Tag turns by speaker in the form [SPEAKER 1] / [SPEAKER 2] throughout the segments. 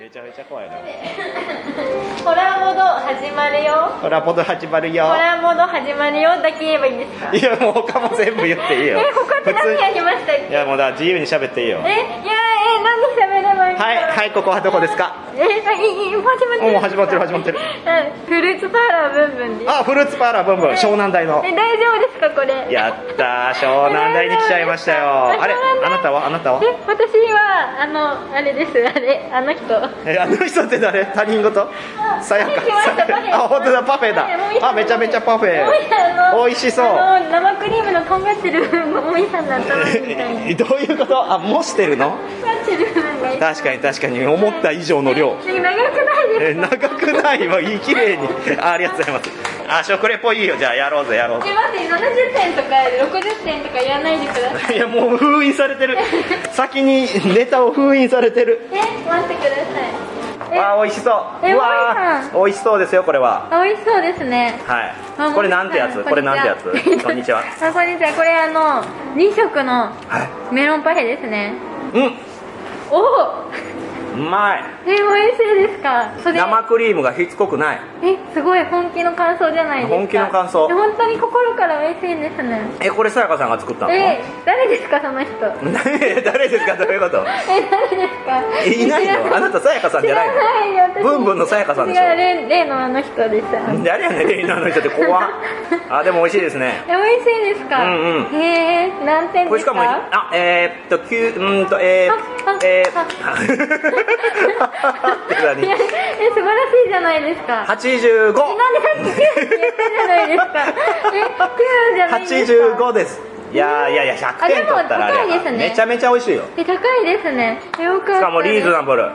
[SPEAKER 1] めちゃめちゃ怖いな。
[SPEAKER 2] ホラーモード始まるよ
[SPEAKER 1] ほら、ポド始まるよ
[SPEAKER 2] ホ。ラーモード始まるよだけ言えばいいんですか
[SPEAKER 1] いや、もう他も全部言っていい
[SPEAKER 2] え
[SPEAKER 1] よ。
[SPEAKER 2] 他って何やりましたっ
[SPEAKER 1] 普通
[SPEAKER 2] け
[SPEAKER 1] いや、もうだ、自由に喋っていいよ。は
[SPEAKER 2] えいやえ何で喋ればいいんだ
[SPEAKER 1] い、はい、ここはどこですか
[SPEAKER 2] えいいいいもう始まってる
[SPEAKER 1] もう始まってる始まっ てる
[SPEAKER 2] うんフルーツパーラーブンブンです
[SPEAKER 1] あ、フルーツパーラーブンブン、湘南台の。
[SPEAKER 2] え大丈夫ですかこれ
[SPEAKER 1] やったー、湘南台に来ちゃいましたよ。あれ、あなたはあなたは
[SPEAKER 2] え私はあのあれですあれあの人
[SPEAKER 1] え、あの人って誰他人事さ やか
[SPEAKER 2] 来まし。
[SPEAKER 1] さ
[SPEAKER 2] た
[SPEAKER 1] や
[SPEAKER 2] パフェ
[SPEAKER 1] あ、本当だ、パフェだ
[SPEAKER 2] パフェもう一。杯
[SPEAKER 1] あ、めちゃめちゃパフ
[SPEAKER 2] もみさん
[SPEAKER 1] ェ。
[SPEAKER 2] の
[SPEAKER 1] 美味しそう。
[SPEAKER 2] あの生クリームのとんがってるもみさんの頭みたいに
[SPEAKER 1] えどういうことあ、もしてるの
[SPEAKER 2] とんがってる部分が
[SPEAKER 1] 確かに確かに、思った以上の量。
[SPEAKER 2] え長くない
[SPEAKER 1] え
[SPEAKER 2] ですか
[SPEAKER 1] 長くないわいい綺麗にあありがとうございますあ食レポいいよじゃあやろうぜやろうぜ
[SPEAKER 2] え待って70点とか60点とか言わないでください
[SPEAKER 1] いやもう封印されてる先にネタを封印されてる
[SPEAKER 2] え待ってくださいえ
[SPEAKER 1] あー美味しそう
[SPEAKER 2] え
[SPEAKER 1] う
[SPEAKER 2] 森
[SPEAKER 1] わー美味しそうですよこれは
[SPEAKER 2] あ美味しそうですねあ
[SPEAKER 1] はいこれなんてやつ
[SPEAKER 2] 森さ
[SPEAKER 1] これなんてやつこんにちは
[SPEAKER 2] あこんにちはこれあの2色の
[SPEAKER 1] は
[SPEAKER 2] メロンパフェですね
[SPEAKER 1] いう
[SPEAKER 2] おお
[SPEAKER 1] んうまい
[SPEAKER 2] え美味しいですかそれ
[SPEAKER 1] 生クリームがしつこくない
[SPEAKER 2] えすごい本気の感想じゃないですか
[SPEAKER 1] 本気の感想
[SPEAKER 2] え本当に心から美味しいんですね
[SPEAKER 1] えこれさやかさんが作ったの
[SPEAKER 2] え誰ですかその人
[SPEAKER 1] 誰ですかどういうこと
[SPEAKER 2] え誰ですか
[SPEAKER 1] えいないのあなたさやかさんじゃないの
[SPEAKER 2] 知らないよ私
[SPEAKER 1] ブンブンのさやかさんでしょ
[SPEAKER 2] 違う例例のあの人です
[SPEAKER 1] 誰やねんレイナーの人って怖っあでも美味しいですね
[SPEAKER 2] え美味しいですか
[SPEAKER 1] うん
[SPEAKER 2] うんへえ何点
[SPEAKER 1] これ
[SPEAKER 2] で
[SPEAKER 1] し
[SPEAKER 2] す
[SPEAKER 1] か
[SPEAKER 2] か
[SPEAKER 1] もあえー、っときゅうーんとえ
[SPEAKER 2] あ
[SPEAKER 1] ー、えー、
[SPEAKER 2] あ
[SPEAKER 1] あ
[SPEAKER 2] いやえ素晴らしいじゃないですか
[SPEAKER 1] 八十五
[SPEAKER 2] なんでさっき9って言ったじゃないですかえ9じゃない
[SPEAKER 1] 八
[SPEAKER 2] です
[SPEAKER 1] 十
[SPEAKER 2] か
[SPEAKER 1] 五ですいやーいやいや百
[SPEAKER 2] あで
[SPEAKER 1] 点
[SPEAKER 2] も
[SPEAKER 1] 取ったらあれやから
[SPEAKER 2] 高いですね
[SPEAKER 1] めちゃめちゃ美味しいよ
[SPEAKER 2] え高いですねえよかった
[SPEAKER 1] しかもリーズナブル
[SPEAKER 2] あ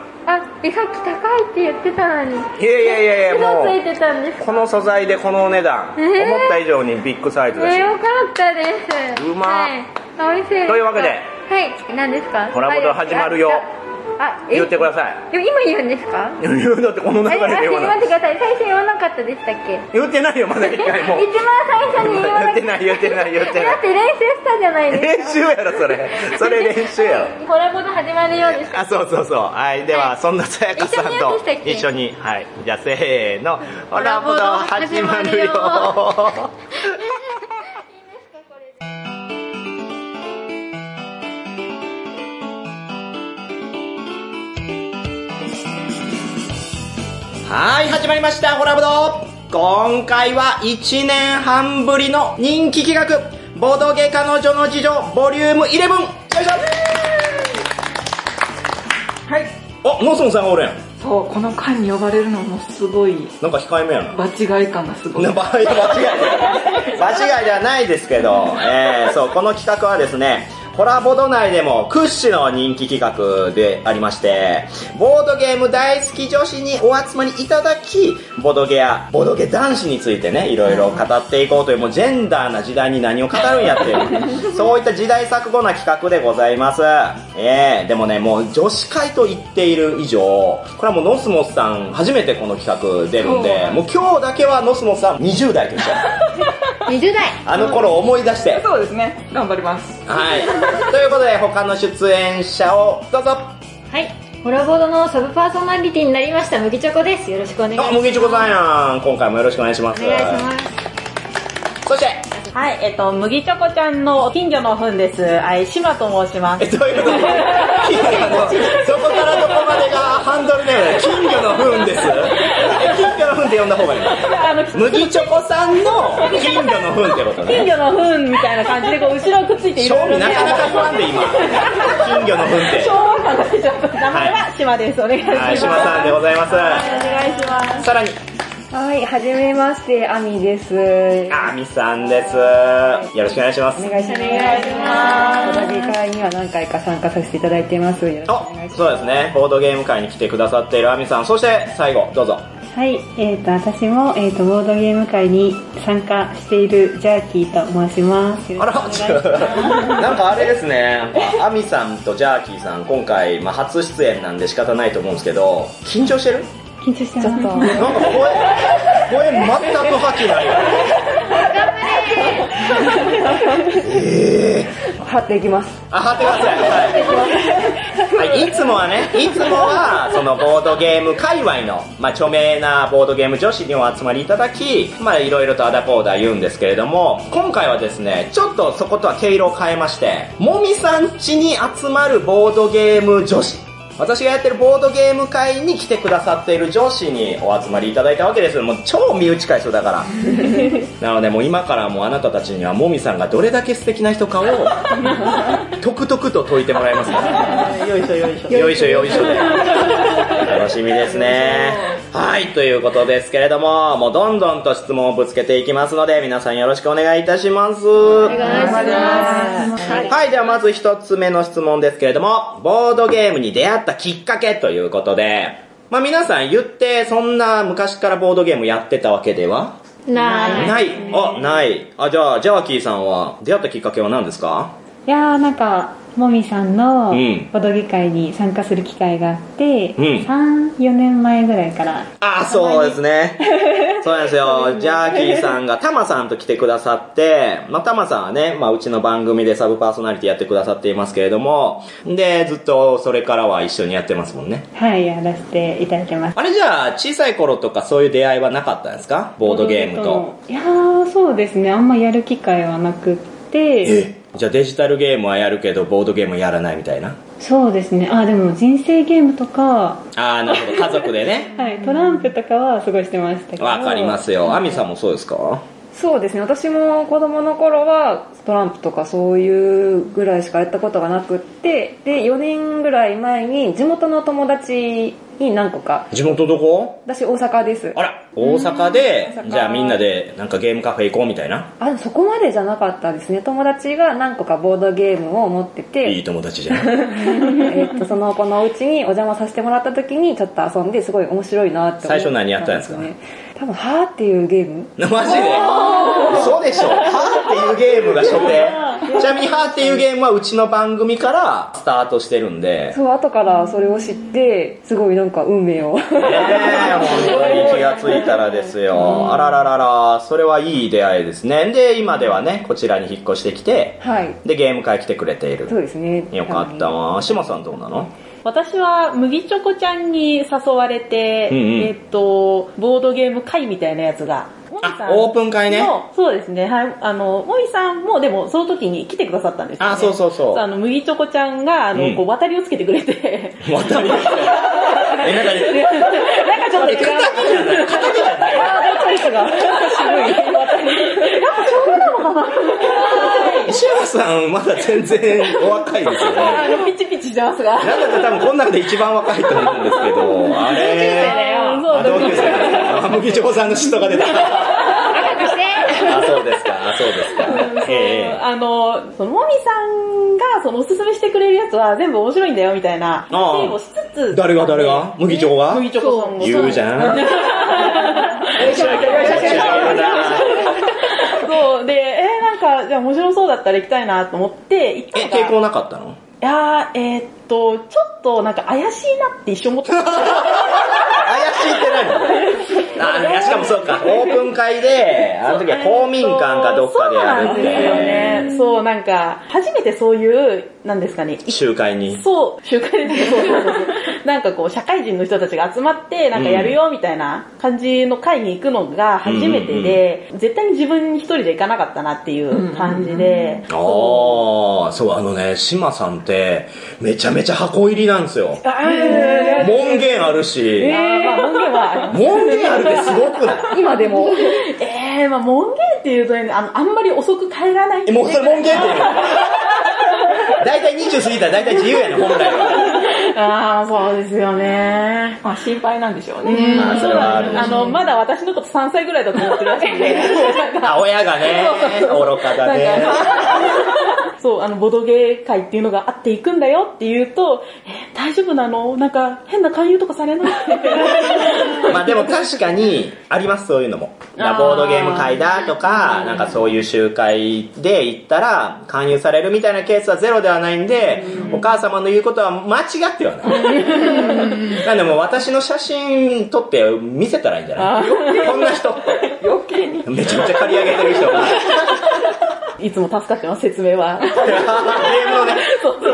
[SPEAKER 2] えさっき高いって言ってたのに
[SPEAKER 1] いやいやいやいやも
[SPEAKER 2] 嘘ついうてたんです
[SPEAKER 1] この素材でこのお値段、
[SPEAKER 2] えー
[SPEAKER 1] 思った以上にビッグサイズだ
[SPEAKER 2] え
[SPEAKER 1] し、
[SPEAKER 2] よかったです
[SPEAKER 1] うま
[SPEAKER 2] はい、あ美味しいです
[SPEAKER 1] というわけで
[SPEAKER 2] はい何ですか
[SPEAKER 1] コラボド始まるよ
[SPEAKER 2] あえ
[SPEAKER 1] 言ってください
[SPEAKER 2] でも今言うんですか
[SPEAKER 1] だってこの流
[SPEAKER 2] え
[SPEAKER 1] れ
[SPEAKER 2] 待って
[SPEAKER 1] で言わな
[SPEAKER 2] 待っ
[SPEAKER 1] い
[SPEAKER 2] てください最初言わなかったでしたっけ
[SPEAKER 1] 言ってないよまだ一回
[SPEAKER 2] 一
[SPEAKER 1] も
[SPEAKER 2] 番最初に言わな
[SPEAKER 1] 言
[SPEAKER 2] か
[SPEAKER 1] ってない言ってない言ってない
[SPEAKER 2] だって練習したじゃないですか
[SPEAKER 1] 練習やろそれそれ練習やろ
[SPEAKER 2] コラボの始まるようです
[SPEAKER 1] あそうそうそうはいでは、
[SPEAKER 2] はい
[SPEAKER 1] そんなさやかさん
[SPEAKER 2] 一緒にやっ
[SPEAKER 1] と
[SPEAKER 2] てしたっけ
[SPEAKER 1] 一緒にはいじゃあせーのほら
[SPEAKER 2] ほ
[SPEAKER 1] ほ
[SPEAKER 2] ら
[SPEAKER 1] ら始まる
[SPEAKER 2] 始ま
[SPEAKER 1] よはい、始まりました、ホラボド今回は1年半ぶりの人気企画、ボドゲ彼女の事情、ボリューム11。よいしょ
[SPEAKER 3] はい。
[SPEAKER 1] あ、ノーソンさんがおるやん。
[SPEAKER 3] そう、この回に呼ばれるのもすごい、
[SPEAKER 1] なんか控えめやな。
[SPEAKER 3] 場違い感がすごい。
[SPEAKER 1] な場合間違いじゃない間違いじゃないですけど、えーそうこの企画はですねコラボド内でも屈指の人気企画でありまして、ボードゲーム大好き女子にお集まりいただき、ボードゲや、ボードゲ男子についてね、いろいろ語っていこうという、もうジェンダーな時代に何を語るんやっていう、そういった時代錯誤な企画でございます。えー、でもね、もう女子会と言っている以上、これはもうノスモスさん初めてこの企画出るんで、もう今日だけはノスモスさん20代と一緒。
[SPEAKER 2] 20代
[SPEAKER 1] あの頃を思い出して。
[SPEAKER 3] そうですね。頑張ります。
[SPEAKER 1] はい。ということで、他の出演者をどうぞ。あ、
[SPEAKER 4] はい、ホラボードのサブパーソナリティになりました麦チョコです。よろしくお願いします。
[SPEAKER 1] 麦チョコさんやん。今回もよろしくお願いします。
[SPEAKER 4] お願いします。
[SPEAKER 1] そして、
[SPEAKER 5] はい、えっと、麦チョコちゃんの近所のふんです。はい、島と申します
[SPEAKER 1] え、。どういうこと金魚の、そこからどこまでがハンドルだよね。金魚の糞です。え金魚の糞って呼んだ方がいいの。
[SPEAKER 5] あの、
[SPEAKER 1] 麦チョコさんの金魚の糞ってこと
[SPEAKER 5] 近
[SPEAKER 1] ね。
[SPEAKER 5] 所のふんみたいな感じで、こう、後ろくっついてい
[SPEAKER 1] 賞
[SPEAKER 5] ろい
[SPEAKER 1] 味
[SPEAKER 5] ろね
[SPEAKER 1] なかなか不安で今。金魚の糞って
[SPEAKER 5] 昭。和感が出ちゃった。名前は島です。お願いします。
[SPEAKER 1] はい、島さんでございます。
[SPEAKER 5] お願いします。
[SPEAKER 1] さらに、
[SPEAKER 6] はい、はじめまして、アミです。お
[SPEAKER 1] あみさんです。よろしくお願いします。
[SPEAKER 6] 願いします。お願いします。同じ会には何回か参加させていただいています。よろしく
[SPEAKER 1] あ
[SPEAKER 6] お願いし、ます。
[SPEAKER 1] そうですね。ボードゲーム会に来てくださっているアミさん、そして最後、どうぞ。
[SPEAKER 6] はい、えっ、と、私も、えっ、と、ボードゲーム会に参加しているジャーキーと申します。よ
[SPEAKER 1] あ
[SPEAKER 6] ろしくお
[SPEAKER 1] ら、
[SPEAKER 6] 願いし
[SPEAKER 1] ちょっとなんかあれですね、アミさんとジャーキーさん、今回、まあ、初出演なんで仕方ないと思うんですけど、緊張 してる
[SPEAKER 6] 緊張してます。ちょっ
[SPEAKER 1] なんか声、声全く覇気ないよ。え
[SPEAKER 7] 払っていきます。
[SPEAKER 1] あ、貼ってください。はい。はい、いつもはね、いつもは、そのボードゲーム界隈の、まあ、著名なボードゲーム女子にお集まりいただき、まあ、いろいろとアダポーダ言うんですけれども、今回はですね、ちょっとそことは毛色を変えまして、もみさん家に集まるボードゲーム女子。私がやってるボードゲーム会に来てくださっている上司にお集まりいただいたわけですよ。もう超身内会ですよ、だから。なのでもう今からもうあなたたちにはもみさんがどれだけ素敵な人 かを、とくとくと解いてもらいますから。 よいしょよいしょ。よいしょよいしょ で。楽しみですね。はい、ということですけれども、もうどんどんと質問をぶつけていきますので、皆さんよろしくお願いいたします。
[SPEAKER 2] お願いします。
[SPEAKER 1] はい、はい、ではまず一つ目の質問ですけれども、ボードゲームに出会ったきっかけということで、まあ皆さん言って、そんな昔からボードゲームやってたわけでは
[SPEAKER 2] な
[SPEAKER 1] ない。あ、ない。あ、じゃあ、ジャワキーさんは、出会ったきっかけは何ですか
[SPEAKER 8] いやーなんかもみさんの
[SPEAKER 1] うん
[SPEAKER 8] ボドゲ会に参加する機会があって、
[SPEAKER 1] うん
[SPEAKER 8] 34年前ぐらいから
[SPEAKER 1] あ、そうです ね。そうなんですよ。ジャーキーさんがタマさんと来てくださって、まあ、タマさんはね、まあ、うちの番組でサブパーソナリティやってくださっていますけれども、で、ずっとそれからは一緒にやってますもんね。
[SPEAKER 8] はいやらせていただいてます
[SPEAKER 1] あれじゃあ、小さい頃とかそういう出会いはなかったんですかボードゲームと。
[SPEAKER 8] いやーそうですねあんまやる機会はなくって
[SPEAKER 1] じゃあデジタルゲームはやるけど、ボードゲームやらないみたいな。
[SPEAKER 8] そうですねあでも人生ゲームとか、
[SPEAKER 1] あー、なるほど。家族で ね。
[SPEAKER 8] はい、トランプとかはすごいしてましたけど
[SPEAKER 1] わかりますよ。アミさんもそうですか
[SPEAKER 7] そうですね。私も子供の頃はトランプとかそういうぐらいしかやったことがなくって、で、4年ぐらい前に地元の友達に何個か、
[SPEAKER 1] 地元どこ
[SPEAKER 7] 私大阪です。
[SPEAKER 1] あら、大阪で
[SPEAKER 7] 大、阪
[SPEAKER 1] じゃあみんなでなんかゲームカフェ行こうみたいな。
[SPEAKER 7] あ、でもそこまでじゃなかったですね。友達が何個かボードゲームを持ってて、
[SPEAKER 1] いい友達じゃん。
[SPEAKER 7] えっと、その子のうちにお邪魔させてもらった時にちょっと遊んですごい面白いなって思った
[SPEAKER 1] 最初何やったんですか
[SPEAKER 7] ね多分、はーっていうゲーム
[SPEAKER 1] マジで嘘でしょはーっていうゲームが初手。ちなみにはーっていうゲームはうちの番組からスタートしてるんで。
[SPEAKER 7] そう、後からそれを知って、すごいなんか運 命を。
[SPEAKER 1] ねえ、本当に気がついたらですよ。あらららら、それはいい出会いですね。で、今ではね、こちらに引っ越してきて、
[SPEAKER 7] はい。
[SPEAKER 1] で、ゲーム会来てくれている
[SPEAKER 7] そ。うですね。
[SPEAKER 1] よかったわ。志麻さんどうなの
[SPEAKER 3] 私は麦チョコちゃんに誘われて、
[SPEAKER 1] うんうん
[SPEAKER 3] えっと、ボードゲーム会みたいなやつが。もみさ
[SPEAKER 1] あ、
[SPEAKER 3] ん
[SPEAKER 1] オープン会ね。
[SPEAKER 3] のそうですね。はい。あの、もみさんも、でも、その時に来てくださったんですよ、ね。
[SPEAKER 1] あ、そうそうそう。
[SPEAKER 3] あの、麦チョコちゃんが、あの、
[SPEAKER 1] うん
[SPEAKER 3] こう、渡りをつけてくれて、
[SPEAKER 1] 渡 り。え、なんかね、
[SPEAKER 3] なんかちょっと違う。
[SPEAKER 1] 志麻さんまだ全然お若いですよね。
[SPEAKER 3] あの、ピチピチしてますが。
[SPEAKER 1] なんだか多分この中で一番若いと思うんですけど、あれ
[SPEAKER 3] う
[SPEAKER 1] あ、
[SPEAKER 3] んそう
[SPEAKER 1] 同級生ですかあ、麦長さんの嫉妬が出た。あ、
[SPEAKER 2] い。そして、
[SPEAKER 1] そうですか、あ、そうですか。ええ。
[SPEAKER 3] あの、そのもみさんが、そのおすすめしてくれるやつは全部面白いんだよ、みたいな、
[SPEAKER 1] ああ
[SPEAKER 3] 話をしつつ。
[SPEAKER 1] 誰が誰が麦チョコが
[SPEAKER 3] 麦チョコさんが。
[SPEAKER 1] 言うじゃん。 申し訳ない申し訳ない
[SPEAKER 3] そう、で、えー、なんか、じゃあ面白そうだったら行きたいなと思って、行った
[SPEAKER 1] え、
[SPEAKER 3] のが。
[SPEAKER 1] 抵抗なかったの
[SPEAKER 3] いやー、えーっと、ちょっとなんか怪しいなって一瞬思った。
[SPEAKER 1] 怪しいって何あ、しかもそうか。オープン会で、あの時は公民館かどっかでやるっ
[SPEAKER 3] そうなんですよね
[SPEAKER 1] て。。
[SPEAKER 3] そう、なんか、初めてそういう、なんですかね、
[SPEAKER 1] 集会に。
[SPEAKER 3] そう、集会ですね。そうそうそうそう。なんかこう、社会人の人たちが集まって、なんかやるよ、みたいな感じの会に行くのが初めてで、絶対に自分一人で行かなかったなっていう感じ
[SPEAKER 1] あ
[SPEAKER 3] で。
[SPEAKER 1] あ、そう、あのね、島さんって、めちゃめちゃ箱入りなんですよ。門限あるし、
[SPEAKER 3] あーまあ、門限は、
[SPEAKER 1] 門限あるってすごくない
[SPEAKER 7] 今でも。
[SPEAKER 3] えー、まあ門限っていうとね、あの、あんまり遅く帰らない
[SPEAKER 1] え、もうそれ門限って言うの大体20過ぎたら大体自由やね、本来は。
[SPEAKER 3] ああ、そうですよね。まあ心配なんでしょうね。
[SPEAKER 1] まあそれはあるでしょうね
[SPEAKER 3] あの、まだ私のこと3歳ぐらいだと思ってるらしいん で。なんか
[SPEAKER 1] あ、親がね、愚かだね。
[SPEAKER 3] そう、あの、ボドゲー会っていうのがあっていくんだよって言うと、えー大丈夫なのなんか変な勧誘とかされない
[SPEAKER 1] まあでも確かにありますそういうのも。だボードゲーム会だとか、なんかそういう集会で行ったら勧誘されるみたいなケースはゼロではないんで、お母様の言うことは間違っては ない。なんでもう私の写真撮って見せたらいいん じゃないこんな人って。余計に。めちゃめちゃ借り上げてる人が。
[SPEAKER 3] いつも助かってます、説明は。
[SPEAKER 1] ゲームのね。
[SPEAKER 3] そうそう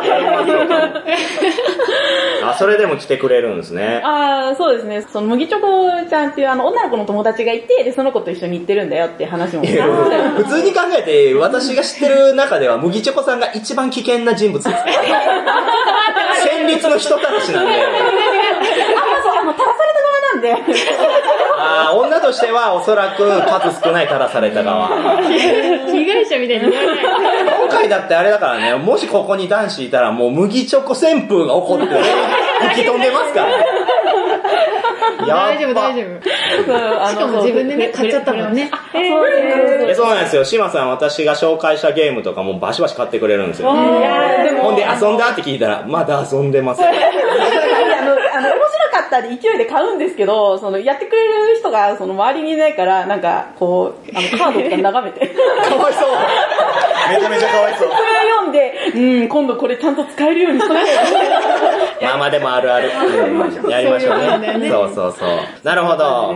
[SPEAKER 1] あ、それでも来てくれるんですね。
[SPEAKER 3] ああ、そうですね。その、麦チョコちゃんっていうあの、女の子の友達がいて、で、その子と一緒に行ってるんだよっていう話も。
[SPEAKER 1] いや 普通に考えて、私が知ってる中では、麦チョコさんが一番危険な人物です。戦慄の人たらしなんで。
[SPEAKER 3] そう、あの、垂らされた 側なんで。
[SPEAKER 1] ああ、女としてはおそらく数少ない垂らされた側。
[SPEAKER 9] 被害者みたいに言わない。
[SPEAKER 1] 今回だってあれだからね、もしここに男子いたらもう麦チョコ旋風が起こって、吹き飛んでますからね。
[SPEAKER 9] 大丈夫大丈
[SPEAKER 1] 夫。
[SPEAKER 3] そうあの
[SPEAKER 9] しかも自分でね、買っちゃったもんね。
[SPEAKER 3] そうです
[SPEAKER 1] えそうなんですよ。シマさん、私が紹介したゲームとかもバシバシ買ってくれるんですよ。
[SPEAKER 3] いやーでも
[SPEAKER 1] ほんで、遊んだって聞いたら、まだ遊んでます。
[SPEAKER 3] あの、あの、面白かったで勢いで買うんですけど、その、やってくれる人が、その、周りにいないから、なんか、こう、あの、カードとか眺めて、
[SPEAKER 1] かわいそう。めちゃめちゃかわいそう
[SPEAKER 3] そ。れを読んで、うん、今度これちゃんと使えるようにしなきゃいけない
[SPEAKER 1] まあまあでもあるある。うんやりましょうね。そうそうそう。なるほど。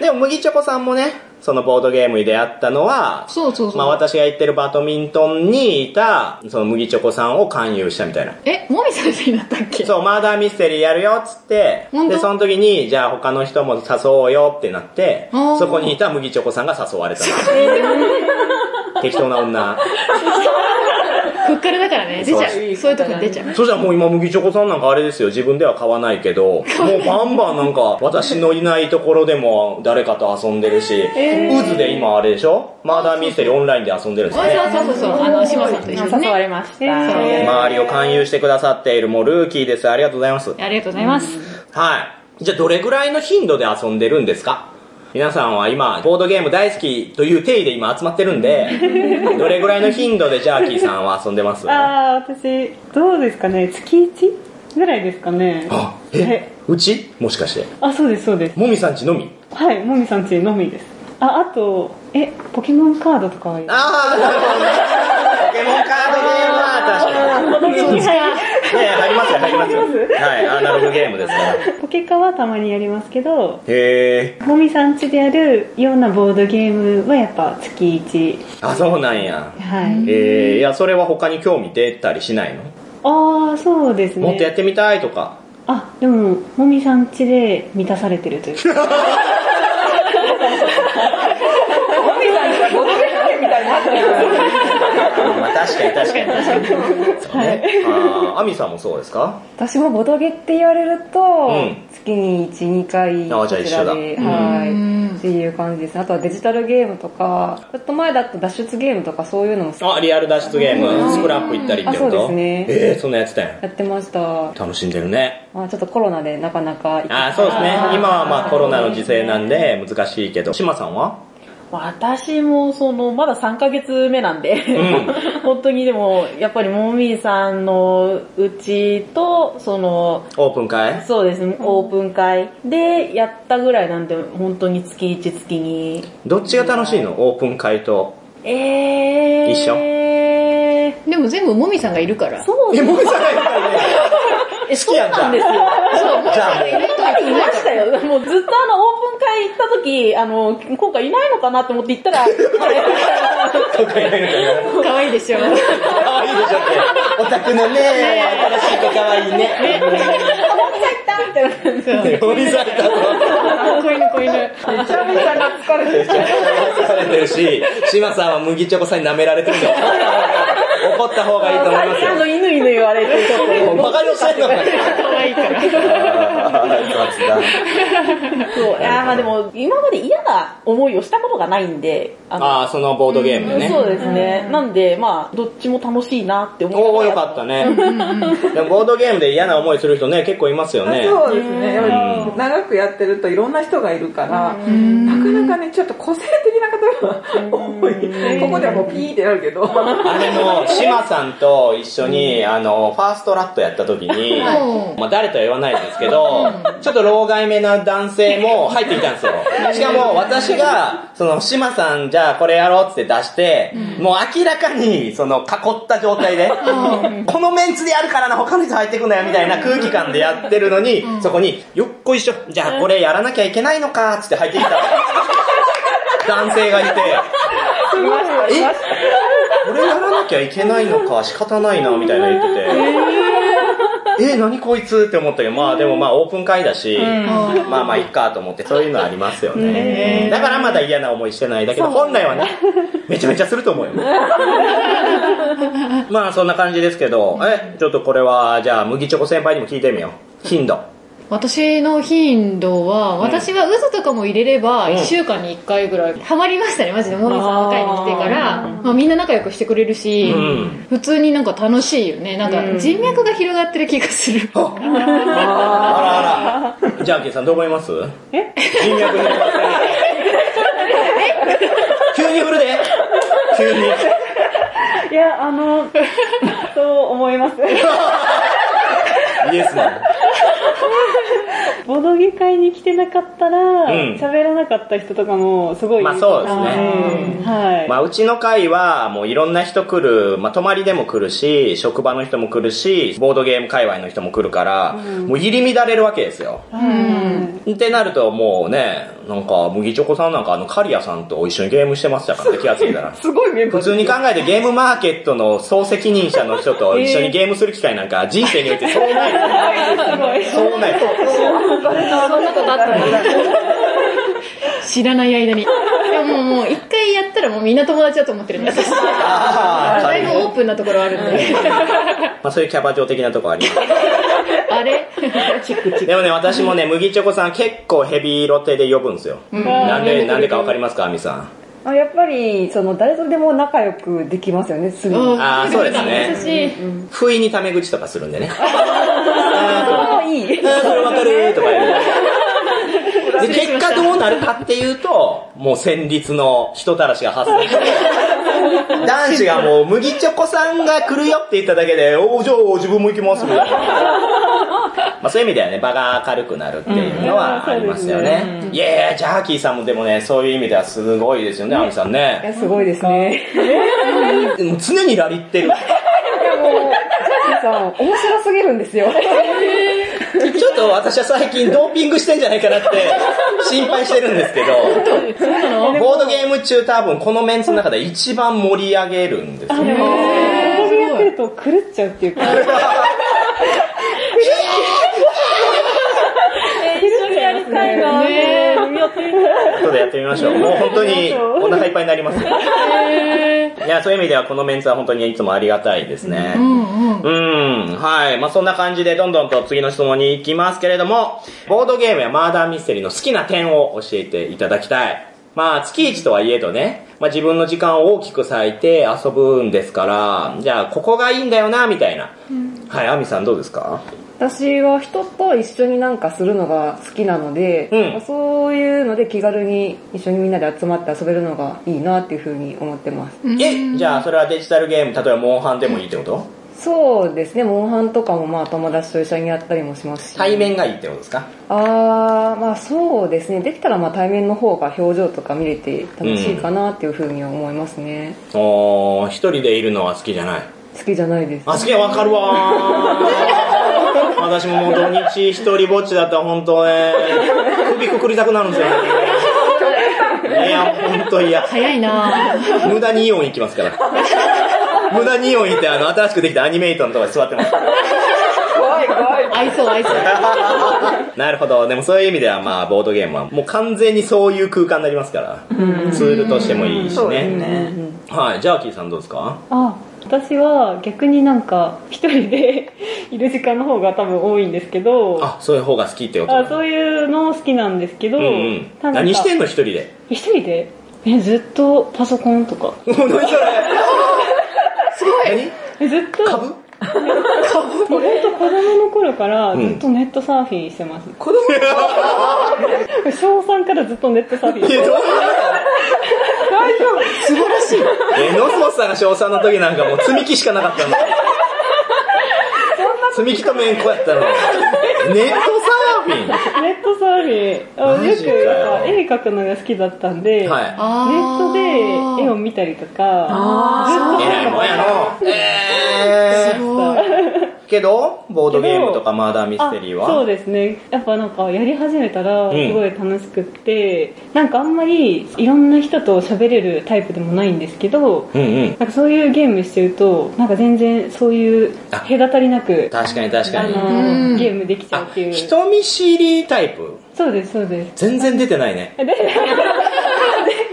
[SPEAKER 1] でも麦チョコさんもね、そのボードゲームに出会ったのは、
[SPEAKER 10] そうそうそう。
[SPEAKER 1] まあ私が行ってるバドミントンにいた、その麦チョコさんを勧誘したみたいな。
[SPEAKER 10] え、もみ先生になったっけ
[SPEAKER 1] そう、マーダーミステリーやるよっつって、
[SPEAKER 10] 本当
[SPEAKER 1] で、その時に、じゃあ他の人も誘おうよってなって、
[SPEAKER 10] あー
[SPEAKER 1] そこにいた麦チョコさんが誘われたの適当な女。
[SPEAKER 9] ふっからだからね、出ちゃう。そういうとこに出ちゃう。
[SPEAKER 1] そしたらもう今麦チョコさんなんかあれですよ、自分では買わないけど、もうバンバンなんか、私のいないところでも誰かと遊んでるし、渦で今あれでしょマーダーミステリーオンラインで遊んでるんですね。
[SPEAKER 9] そうそうそうそう、あの、島さんと一緒に
[SPEAKER 3] 誘わ
[SPEAKER 9] ね。
[SPEAKER 3] れました。
[SPEAKER 1] 周りを勧誘してくださっているもうルーキーです。ありがとうございます。
[SPEAKER 9] ありがとうございます。
[SPEAKER 1] はい。じゃあ、どれぐらいの頻度で遊んでるんですか皆さんは今、ボードゲーム大好きという定義で今集まってる んで、どれぐらいの頻度でジャーキーさんは遊んでますあ、
[SPEAKER 11] ああ、私、どうですかね、月 1? ぐらいですかね。
[SPEAKER 1] え、うちもしかして。
[SPEAKER 11] あ、そうです、そうです。
[SPEAKER 1] もみさんちのみ
[SPEAKER 11] はい、もみさんちのみです。あ、あと、え、ポケモンカードとかはいい
[SPEAKER 1] あー、なるほどね。ポケモンカードゲームは確かに。そうですか。ね入りますよ、入りますよ。はい、アナログゲームですね。
[SPEAKER 11] ポケカはたまにやりますけど、
[SPEAKER 1] へ
[SPEAKER 11] もみさんちでやるようなボードゲームはやっぱ月1。
[SPEAKER 1] ー。あ、そうなんや。
[SPEAKER 11] はい。
[SPEAKER 1] えー、いや、それは他に興味出たりしないの
[SPEAKER 11] ああ、そうですね。
[SPEAKER 1] もっとやってみたいとか。
[SPEAKER 11] あ、でも、もみさんちで満たされてるという か。
[SPEAKER 1] まあ確かに確かに確かに。そうね。あーアミさんもそうですか
[SPEAKER 7] 私もボドゲって言われると、
[SPEAKER 1] うん
[SPEAKER 7] 月に1、2回
[SPEAKER 1] あ
[SPEAKER 7] こ
[SPEAKER 1] じゃあ
[SPEAKER 7] ちらで、
[SPEAKER 1] 一緒だ
[SPEAKER 7] はい、っていう感じですね。あとはデジタルゲームとか、ちょっと前だと脱出ゲームとかそういうのも
[SPEAKER 1] あ、リアル脱出ゲーム、スクラップ行ったりってこと
[SPEAKER 7] あそうですね
[SPEAKER 1] えー、そんなやつだよ。
[SPEAKER 7] やってました。
[SPEAKER 1] 楽しんでるね。
[SPEAKER 7] まあ、ちょっとコロナでなかなか行け
[SPEAKER 1] あーそうですね。今はまあコロナの時勢なんで難しいけど。島さんは
[SPEAKER 3] 私もその、まだ3ヶ月目なんで、
[SPEAKER 1] う
[SPEAKER 3] 本当にでも、やっぱりもみーさんのうちと、その、
[SPEAKER 1] オープン会
[SPEAKER 3] そうですね、オープン会でやったぐらいなんで、本当に月1月2。
[SPEAKER 1] どっちが楽しいのオープン会 と。
[SPEAKER 3] えー。
[SPEAKER 1] 一緒
[SPEAKER 10] でも全部もみさんがいるから。そう
[SPEAKER 1] え、僕じゃないからね。好きやんじゃん。じゃあもう。
[SPEAKER 3] いましたよ。もうずっとあの、オープン会行った時、あの、今回いないのかなって思って行った ら、
[SPEAKER 1] 今回ないのかな
[SPEAKER 9] 可愛いでしょ。
[SPEAKER 1] 可愛いでしょって。オタクのね、新しい子可愛いね。おみさんだ
[SPEAKER 9] 子犬子犬。
[SPEAKER 1] めちゃめちゃされてるし、島さんは麦チョコさんに舐められてるの。怒った方がいいと思います
[SPEAKER 3] あ
[SPEAKER 1] よ。
[SPEAKER 3] の、犬犬言われて、ちょっと。
[SPEAKER 1] もう バカにしてんのか
[SPEAKER 9] 可愛いから。
[SPEAKER 3] そう、いやーまあでも、今まで嫌な思いをしたことがないんで、あの
[SPEAKER 1] ああ、そのボードゲームでね。
[SPEAKER 3] そうですね。なんで、まあ、どっちも楽しいなって思
[SPEAKER 1] おお
[SPEAKER 3] い
[SPEAKER 1] ー、よ
[SPEAKER 3] ながら
[SPEAKER 1] かったね。でもボードゲームで嫌な思いする人ね、結構いますよね。
[SPEAKER 12] そうですね。やっぱり長くやってるといろんな人がいるから、なかなかね、ちょっと個性的な方が多い。ここではもうピーってやるけど。
[SPEAKER 1] あれも、島さんと一緒に、あの、ファーストラットやった時に、
[SPEAKER 10] う
[SPEAKER 1] まあ誰とは言わないですけど、ちょっと老害めな男性も入ってきたんですよ。しかも私が、その、島さんじゃあこれやろうっつって出して、もう明らかに、その、囲った状態で、このメンツでやるからな、他の人入ってくんなよ、みたいな空気感でやってるのに、そこに、よっこいしょ、じゃあこれやらなきゃいけないのか、つって 入ってきた。男性がいて、えこれやらなきゃいけないのか仕方ないなみたいな言っててえ何こいつって思ったけどまあでもまあオープン会だし、まあまあいっかと思ってそういうのはありますよね、だからまだ嫌な思いしてないだけど本来はねめちゃめちゃすると思うよまあそんな感じですけどえちょっとこれはじゃあ麦チョコ先輩にも聞いてみよう頻度
[SPEAKER 11] 私の頻度は、私は渦とかも入れれば、
[SPEAKER 1] うん
[SPEAKER 11] 1週間に1回ぐらい、ハマりましたね、マジで。モミさん若いに来てから、まあみんな仲良くしてくれるし、
[SPEAKER 1] うん
[SPEAKER 11] 普通になんか楽しいよね。なんか人脈が広がってる気がする。
[SPEAKER 1] あらあら。じゃあ、ケイさんどう思いますえ人脈に急に振るで急に。
[SPEAKER 5] いや、あの、そう思い ます。
[SPEAKER 1] イエスマン。
[SPEAKER 6] ボドゲ会に来てなかったら
[SPEAKER 1] うん、
[SPEAKER 6] 喋、らなかった人とかもすごい。
[SPEAKER 1] まあそうですね
[SPEAKER 6] ね。はい。
[SPEAKER 1] まあ、うちの会は、もういろんな人来る、まあ、泊まりでも来るし、職場の人も来るし、ボードゲーム界隈の人も来るから、もう入り乱れるわけですよ。ってなると、もうね、なんか、麦チョコさんなんか、あの、カリアさんと一緒にゲームしてましたからね、気がついたら。
[SPEAKER 3] すごいメンバ
[SPEAKER 1] 普
[SPEAKER 3] ー
[SPEAKER 1] 通
[SPEAKER 3] で
[SPEAKER 1] に考えてゲームマーケットの総責任者の人と一緒にゲームする機会なんか人生においてそうない ですよ。そうないです。
[SPEAKER 11] そんなことあったの知らない間に。でももう、もう一回やったらもうみんな友達だと思ってるんです。
[SPEAKER 1] ああ、
[SPEAKER 11] だい
[SPEAKER 1] 軽い
[SPEAKER 11] ぶオープンなところあるん で。
[SPEAKER 1] まあそういうキャバ嬢的なとこありま
[SPEAKER 11] あれ
[SPEAKER 1] す。 でもね、私もね、麦チョコさん結構ヘビーロテで呼ぶんですよ。なんで、なんでかわかりますか、アミさん。
[SPEAKER 7] あやっぱり、その、誰とでも仲良くできますよね、すぐに。
[SPEAKER 11] うん
[SPEAKER 1] ああ、そうです
[SPEAKER 11] 優
[SPEAKER 1] ね。
[SPEAKER 11] しい。
[SPEAKER 1] 不意にタメ口とかするん でね。
[SPEAKER 7] あいい。
[SPEAKER 1] あーそれわかるとか 言う。で、結果どうなるかっていうと、もう戦慄の人たらしが発生 して、男子がもう麦チョコさんが来るよって言っただけで、おーじゃあ自分も行きますみたい なまあそういう意味ではね、場が明るくなるっていうのはありますよね。いやいや、ジャーキーさんもでもね、そういう意味ではすごいですよね、アミさん
[SPEAKER 7] い
[SPEAKER 1] ね。
[SPEAKER 7] や、すごいですね。
[SPEAKER 1] もう常にラリってる。
[SPEAKER 7] いや、もう、ジャッキーさん、面白すぎるんですよ。
[SPEAKER 1] ちょっと私は最近ドーピングしてんじゃないかなって心配してるんですけど、ボードゲーム中多分このメンツの中で一番盛り上げるんですよ。
[SPEAKER 6] でも、ボドゲやってると狂っちゃうっていうか、
[SPEAKER 5] ないなぁ。やってみたい
[SPEAKER 1] 後でやってみましょう。もう本当にお腹いっぱいになります。いや、そういう意味ではこのメンツは本当にいつもありがたいですね。うん、はい。まあそんな感じでどんどんと次の質問に行きますけれども、ボードゲームやマーダーミステリーの好きな点を教えていただきたい。まあ月一とはいえどね、まあ自分の時間を大きく割いて遊ぶんですから、じゃあここがいいんだよな、みたいな。はい、アミさんどうですか
[SPEAKER 7] 私は人と一緒になんかするのが好きなので、
[SPEAKER 1] うん
[SPEAKER 7] そういうので気軽に一緒にみんなで集まって遊べるのがいいなっていうふうに思ってます。
[SPEAKER 1] え、じゃあそれはデジタルゲーム、例えばモンハンでもいいってこと
[SPEAKER 7] そうですね、モンハンとかもまあ友達と一緒にやったりもしますし。
[SPEAKER 1] 対面がいいってことですか
[SPEAKER 7] あー、まあそうですね、できたらまあ対面の方が表情とか見れて楽しいかなっていうふうには思いますね。
[SPEAKER 1] おー、一人でいるのは好きじゃない。
[SPEAKER 7] 好きじゃないです。
[SPEAKER 1] あ、好きはわかるわー。私ももう土日一人ぼっちだったら本当ね、首くくりたくなるんですよね。いや、本当いや。
[SPEAKER 11] 早いなぁ。
[SPEAKER 1] 無駄にイオン行きますから。無駄にイオン行って、あの、新しくできたアニメイトのとこに座ってますから。
[SPEAKER 3] 怖い怖い。
[SPEAKER 11] 愛想愛想。
[SPEAKER 1] なるほど。でもそういう意味では、まあ、ボードゲームはもう完全にそういう空間になりますから。ツールとしてもいいし
[SPEAKER 3] そうです
[SPEAKER 1] ね。
[SPEAKER 3] ね。
[SPEAKER 1] はい。ジャーキーさんどうですか
[SPEAKER 6] あ、私は逆になんか、一人で いる時間の方が多分多いんですけど、
[SPEAKER 1] あ、そういう方が好きってこと
[SPEAKER 6] あそういうの好きなんですけど、
[SPEAKER 1] うんうん
[SPEAKER 6] ただなんか
[SPEAKER 1] 何してんの一人で。
[SPEAKER 6] 一人でえずっとパソコンとか。
[SPEAKER 1] 何それすごい
[SPEAKER 6] えずっと、
[SPEAKER 1] 何株
[SPEAKER 6] もう本当子供の頃から
[SPEAKER 1] うん
[SPEAKER 6] ずっとネットサーフィンしてます。
[SPEAKER 3] 子供
[SPEAKER 6] 小3からずっとネットサーフィンして
[SPEAKER 1] え、
[SPEAKER 6] ま
[SPEAKER 1] どう大丈夫素晴らしい。え、ノスモスさんが小3の時なんかもう積み木しかなかったの。積み木と面こうやったの。ネットサー
[SPEAKER 6] す。ネットサーフィン。あ
[SPEAKER 1] マ
[SPEAKER 6] よ
[SPEAKER 1] ジ
[SPEAKER 6] く
[SPEAKER 1] かよ
[SPEAKER 6] なんか絵描くのが好きだったん
[SPEAKER 1] フィ
[SPEAKER 6] で、
[SPEAKER 1] ン。は
[SPEAKER 6] ネットで絵を
[SPEAKER 11] 見
[SPEAKER 6] 見たりとか、
[SPEAKER 1] い。えらいもんやの。えー。けど、ボードゲームとかマーダーミステリーは。
[SPEAKER 6] あそうですねやっぱなんかやり始めたら
[SPEAKER 1] うん
[SPEAKER 6] すごい楽しくって、なんかあんまりいろんな人と喋れるタイプでもないんですけど、
[SPEAKER 1] うんうん。
[SPEAKER 6] なんかそういうゲームしてるとなんか全然そういう
[SPEAKER 1] あ
[SPEAKER 6] 隔たりなく
[SPEAKER 1] 確かに確か
[SPEAKER 6] あ
[SPEAKER 1] に。
[SPEAKER 6] の、
[SPEAKER 11] うん
[SPEAKER 6] ゲームできちゃう
[SPEAKER 1] あ
[SPEAKER 6] っ、ていう
[SPEAKER 1] 人見知りタイプ
[SPEAKER 6] そうですそうです
[SPEAKER 1] 全然出てないね。
[SPEAKER 6] で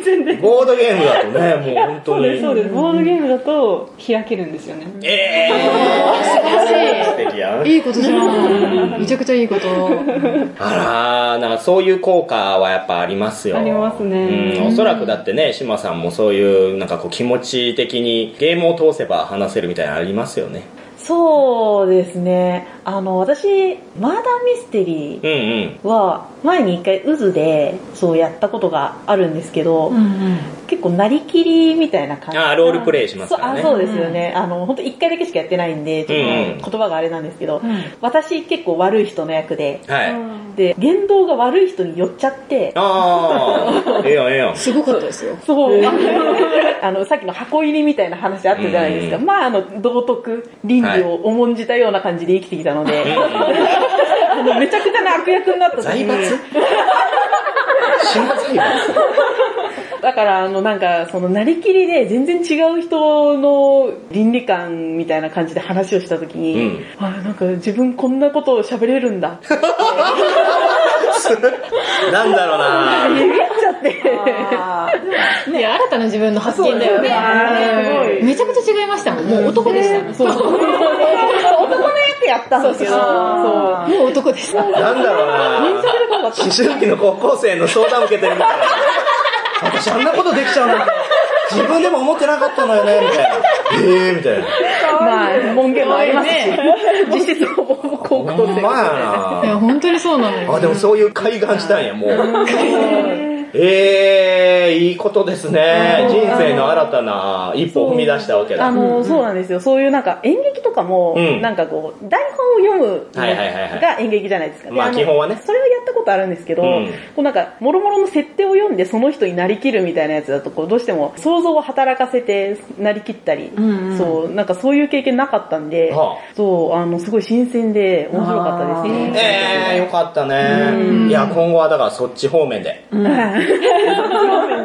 [SPEAKER 6] 全然
[SPEAKER 1] ボードゲームだとね、 もう本当
[SPEAKER 6] そうですそう
[SPEAKER 1] に。
[SPEAKER 6] ですボードゲームだと開けるんですよね
[SPEAKER 1] ええー、素敵やん。
[SPEAKER 11] いいことじゃん。めちゃくちゃいいこと。
[SPEAKER 1] あらーなんかそういう効果はやっぱありますよ
[SPEAKER 6] ありますね
[SPEAKER 1] うんおそらくだってね志麻さんもそういうなんかこう気持ち的にゲームを通せば話せるみたいなのありますよね
[SPEAKER 5] そうですね。あの、私、マーダーミステリー
[SPEAKER 1] うんうん
[SPEAKER 5] は前に一回渦でそうやったことがあるんですけど、結構なりきりみたいな感じ
[SPEAKER 1] あーロールプレイしますからね
[SPEAKER 5] そうあそうですよね、あの本当一回だけしかやってないんでちょっと言葉があれなんですけど、私結構悪い人の役で
[SPEAKER 1] はい、
[SPEAKER 5] で言動が悪い人に寄っちゃって
[SPEAKER 1] ああええやんええやん
[SPEAKER 11] すごかったですよ。
[SPEAKER 5] そう あのさっきの箱入りみたいな話あったじゃないですか、
[SPEAKER 1] うん
[SPEAKER 5] まああの道徳倫理を重んじたような感じで生きてきたので、あのめちゃくちゃな悪役になった時
[SPEAKER 1] 財
[SPEAKER 5] に
[SPEAKER 1] 閥 志麻財閥
[SPEAKER 5] だから、あの、なんか、その、なりきりで、全然違う人の倫理観みたいな感じで話をしたときに、
[SPEAKER 1] うん
[SPEAKER 5] あ、なんか、自分こんなことを喋れるん だ。
[SPEAKER 1] なんだろうな
[SPEAKER 5] ビビっちゃって。
[SPEAKER 11] ね、新たな自分の発見だよね。うんめちゃくちゃ違いましたもん。もう男でした。そうそうも
[SPEAKER 5] 男の役やったんですけど、そう
[SPEAKER 11] 男でした。
[SPEAKER 1] なんだろうな思春期の高校生の相談を受けてるみたいな私あんなことできちゃうなんて自分でも思ってなかったのよねみたいなええー、みたいな
[SPEAKER 5] う。まあ、門限もありますし、 実質ほぼほぼ高校
[SPEAKER 1] ほん
[SPEAKER 5] 生。
[SPEAKER 1] まや
[SPEAKER 11] いや、
[SPEAKER 1] な
[SPEAKER 11] 本当にそうなのよ。
[SPEAKER 1] あ、でもそういう開眼したんや、もう。ええいいことですね。人生の新たな一歩を踏み出したわけだ。
[SPEAKER 5] あ
[SPEAKER 1] うん
[SPEAKER 5] の、そうなんですよ。そういうなんか演劇とかも、
[SPEAKER 1] うん
[SPEAKER 5] なんかこう、台本を読む
[SPEAKER 1] はいはいはいはい
[SPEAKER 5] のが演劇じゃないですか。で
[SPEAKER 1] まあ
[SPEAKER 5] の
[SPEAKER 1] 基本はね
[SPEAKER 5] それはやったことあるんですけど、
[SPEAKER 1] うん
[SPEAKER 5] こうなんか、もろもろの設定を読んでその人になりきるみたいなやつだと、こう、どうしても想像を働かせてなりきったり、そう、なんかそういう経験なかったんで、
[SPEAKER 1] は
[SPEAKER 5] そう、あの、すごい新鮮で面白かったですね。
[SPEAKER 1] ええよかったね。いや、今後はだからそっち方面で。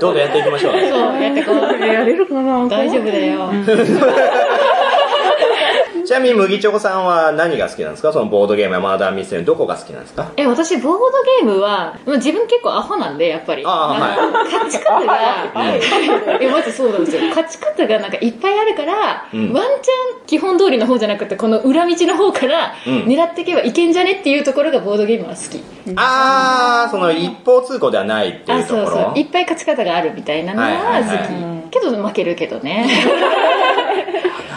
[SPEAKER 1] どうぞやっていきましょう。
[SPEAKER 11] そう、やってこう。
[SPEAKER 5] やれるかな
[SPEAKER 11] 大丈夫だよ。
[SPEAKER 1] ちなみに麦チョコさんは何が好きなんですかそのボードゲームやマーダーミステリーのどこが好きなんですか
[SPEAKER 11] え、私、ボードゲームは、まあ自分結構アホなんで、やっぱり。
[SPEAKER 1] ああはい
[SPEAKER 11] なんか価値観が、え、まずそうなんですよ。価値観がなんかいっぱいあるから、
[SPEAKER 1] うん
[SPEAKER 11] ワンチャン基本通りの方じゃなくて、この裏道の方から
[SPEAKER 1] うん
[SPEAKER 11] 狙っていけばいけんじゃねっていうところがボードゲームは好き。
[SPEAKER 1] あー、その一方通行ではないってい
[SPEAKER 11] あ、
[SPEAKER 1] うとこ
[SPEAKER 11] そう
[SPEAKER 1] ろ。
[SPEAKER 11] そう。いっぱい勝ち方があるみたいなのは
[SPEAKER 1] はいはいはい
[SPEAKER 11] 好き。けど負けるけどね。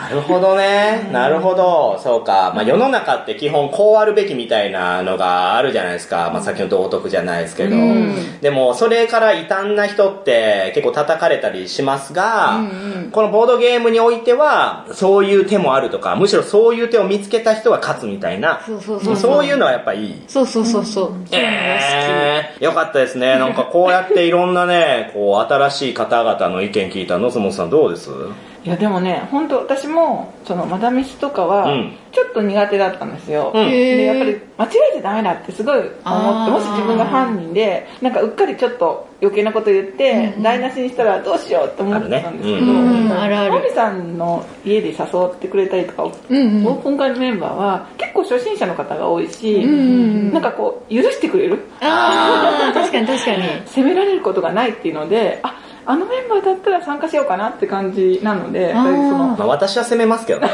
[SPEAKER 1] なるほどね。なるほど。そうか。まあ、世の中って基本こうあるべきみたいなのがあるじゃないですか。まあ、さっきの道徳じゃないですけど。
[SPEAKER 11] うん
[SPEAKER 1] でも、それから異端な人って結構叩かれたりしますが、
[SPEAKER 11] うんうん
[SPEAKER 1] このボードゲームにおいては、そういう手もあるとか、むしろそういう手を見つけた人が勝つみたいな、
[SPEAKER 11] そうそうそうそう
[SPEAKER 1] そういうのはやっぱいい。
[SPEAKER 11] そうそうそうそう。そういうのが好き。
[SPEAKER 1] えー、よかったですね。なんかこうやっていろんなね、こう新しい方々の意見聞いたの、そもさんどうです
[SPEAKER 3] いやでもね、本当私も、そのマダミスとかは
[SPEAKER 1] うん、
[SPEAKER 3] ちょっと苦手だったんですよ。
[SPEAKER 1] うん
[SPEAKER 3] で、やっぱり間違えちゃダメだってすごい思っ
[SPEAKER 11] あー
[SPEAKER 3] て、もし自分が犯人で、なんかうっかりちょっと余計なこと言って、台無しにしたらどうしようって思ってたんで
[SPEAKER 1] ある
[SPEAKER 3] すけど、
[SPEAKER 1] ねうん
[SPEAKER 11] うんあるある
[SPEAKER 3] マミさんの家で誘ってくれたりとか、
[SPEAKER 11] うんうん
[SPEAKER 3] オープン会のメンバーは結構初心者の方が多いし、なんかこう、許してくれる
[SPEAKER 11] ああ、確かに確かに。
[SPEAKER 3] 責められることがないっていうので、あ、あのメンバーだったら参加しようかなって感じなので、
[SPEAKER 11] あー
[SPEAKER 3] その
[SPEAKER 1] まあ、私は責めますけどね。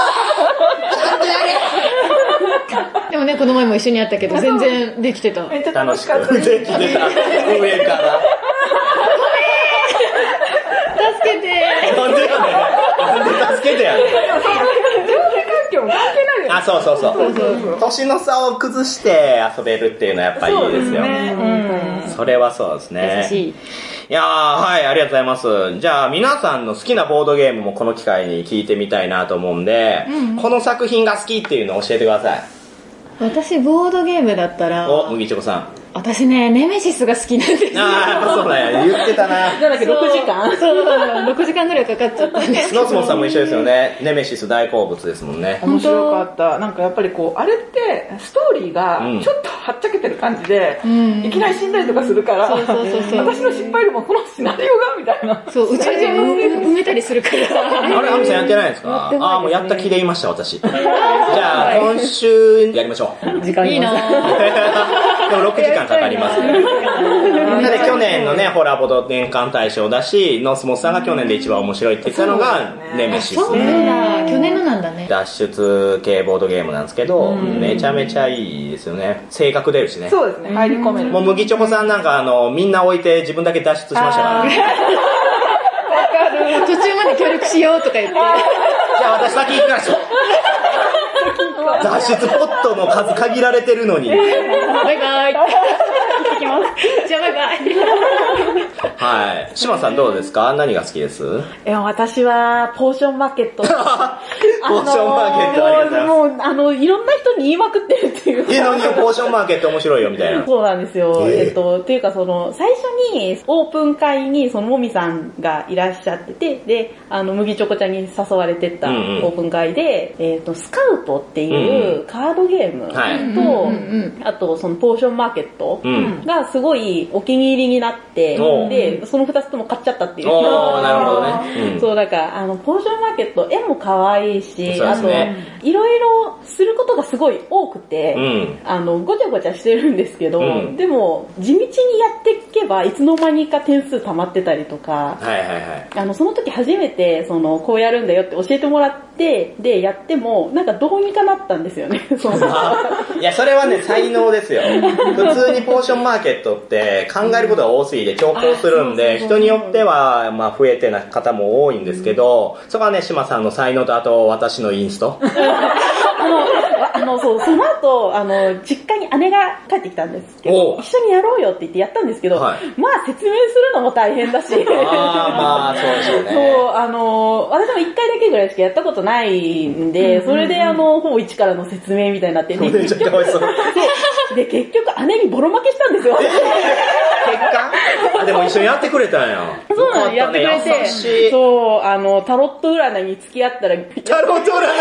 [SPEAKER 11] でもね、この前も一緒にやったけど、全然できてた。
[SPEAKER 3] めっちゃ
[SPEAKER 1] 楽
[SPEAKER 3] 楽
[SPEAKER 1] し
[SPEAKER 3] し
[SPEAKER 1] く
[SPEAKER 3] かったです。
[SPEAKER 1] できてた上から
[SPEAKER 11] 助けて
[SPEAKER 1] なんでやねんなんで助けてやね
[SPEAKER 3] 環境も関係ない
[SPEAKER 1] んあそうそうそう年の差を崩して遊べるっていうのはやっぱいいですよ
[SPEAKER 3] ね。うん。
[SPEAKER 1] それはそうですね
[SPEAKER 11] 優しい。
[SPEAKER 1] いやーはいありがとうございますじゃあ皆さんの好きなボードゲームもこの機会に聞いてみたいなと思うんで、この作品が好きっていうのを教えてください
[SPEAKER 11] 私、ボードゲームだったら、
[SPEAKER 1] お麦チョコさん
[SPEAKER 11] あ私ね、ネメシスが好きなんですよ。
[SPEAKER 1] ああ、やっぱそうだよね。言ってたな。
[SPEAKER 5] なんだっけ、6時間
[SPEAKER 11] そう、6時間ぐらいかかっちゃったんですけど。
[SPEAKER 1] ノツモさんも一緒ですよね。ネメシス大好物ですもんね。
[SPEAKER 3] 面白かった。なんかやっぱりこう、あれって、ストーリーが
[SPEAKER 1] うん
[SPEAKER 3] ちょっとはっちゃけてる感じで、
[SPEAKER 11] ん
[SPEAKER 3] いきなり死んだりとかするから、
[SPEAKER 11] そうそうそうそう
[SPEAKER 3] 私の失敗よりもこのシナリオが、みたいな。
[SPEAKER 11] そう、宇宙人を埋めたりするから。
[SPEAKER 1] あれ、アミさんやってないんですか
[SPEAKER 7] ってないですね
[SPEAKER 1] ああ、もうやった気でいました、私。 じゃあ、今週やりましょ う。
[SPEAKER 7] 時間
[SPEAKER 11] いい
[SPEAKER 7] が
[SPEAKER 11] なぁ。
[SPEAKER 1] でも6時間かかりますね。なので去年のね、ホラーボド年間大賞だし、ノスモスさんが去年で一番面白いって言ったのが
[SPEAKER 3] そうです、ね
[SPEAKER 1] ネメシ
[SPEAKER 11] そう
[SPEAKER 1] ス
[SPEAKER 11] そうだ、去年のなんだね。
[SPEAKER 1] 脱出系ボードゲームなんですけど、めちゃめちゃいいですよね。性格出るしね。
[SPEAKER 3] そうですね、入り込める。
[SPEAKER 1] もう麦チョコさんなんかあの、みんな置いて自分だけ脱出しましたから、じ
[SPEAKER 11] 途中まで協力しようとか言って。
[SPEAKER 1] ゃあ私先行きましょう。脱出ポットの数限られてるのに。
[SPEAKER 11] バイバイ。きます。じゃあバイバイ。
[SPEAKER 1] はい。島さんどうですか何が好きです
[SPEAKER 5] え、私は、ポーションマーケッ ト。ポーシ
[SPEAKER 1] ポーションマーケットありがとうございます
[SPEAKER 5] もう、もうあの、いろんな人に言いまくってるっていう。
[SPEAKER 1] 芸能人ポーションマーケット面白いよみたいな。
[SPEAKER 5] そうなんですよ。
[SPEAKER 1] ええ
[SPEAKER 5] えっと、っていうかその、最初にオープン会にそのもみさんがいらっしゃってて、で、あの、麦チョコちゃんに誘われてったオ
[SPEAKER 1] うんうん
[SPEAKER 5] ープン会で、えっと、スカウトっていうカードゲーム
[SPEAKER 1] はい
[SPEAKER 11] うんうん
[SPEAKER 5] と、あとそのポーションマーケット
[SPEAKER 1] うん。
[SPEAKER 5] がすごいお気に入りになって
[SPEAKER 1] おう、
[SPEAKER 5] で、その二つとも買っちゃったっていう。
[SPEAKER 1] おー、なるほどね。うん
[SPEAKER 5] そう、だから、あの、ポーションマーケット、絵も可愛いし、
[SPEAKER 1] そうで
[SPEAKER 5] あ
[SPEAKER 1] す
[SPEAKER 5] と
[SPEAKER 1] ね、
[SPEAKER 5] いろいろすることがすごい多くて、
[SPEAKER 1] うん。
[SPEAKER 5] あの、ごちゃごちゃしてるんですけど、
[SPEAKER 1] うん
[SPEAKER 5] でも、地道にやっていけば、いつの間にか点数溜まってたりとか、
[SPEAKER 1] はいはいはい。
[SPEAKER 5] あの、その時初めて、その、こうやるんだよって教えてもらって、で、やっても、なんかどうにかなったんですよ ね。その
[SPEAKER 1] あ いや、それはね、才能ですよ。普通にポーションマーケットって考えることが多すぎて調校するんで、人によっては、まあ、増えてな方も多いんですけど、そこはね、島さんの才能と、あと、私のインスト。
[SPEAKER 5] あの、わあの、そう、その後、あの、実家に姉が帰ってきたんですけ
[SPEAKER 1] お
[SPEAKER 5] ど
[SPEAKER 1] う、
[SPEAKER 5] 一緒にやろうよって言ってやったんですけど、
[SPEAKER 1] はい
[SPEAKER 5] まあ説明するのも大変だし、
[SPEAKER 1] あー、まあ、そうでしょう
[SPEAKER 5] そう、
[SPEAKER 1] ね。
[SPEAKER 5] あのー私も一回だけぐらいしかやったことないんで、それであの、ほぼ一からの説明みたいになって、で、
[SPEAKER 1] めちゃくちゃ美味しそう。
[SPEAKER 5] で結局姉にボロ負けしたんですよ。
[SPEAKER 1] 結果あ、でも一緒にやってくれたんや。
[SPEAKER 5] そうなの、
[SPEAKER 1] よ
[SPEAKER 5] や
[SPEAKER 1] か
[SPEAKER 5] っ
[SPEAKER 1] った
[SPEAKER 5] て
[SPEAKER 1] ね
[SPEAKER 5] くれ
[SPEAKER 1] 優
[SPEAKER 5] て、
[SPEAKER 1] しい。
[SPEAKER 5] そう、あの、タロット占いに付き合ったら、
[SPEAKER 1] タロット占いに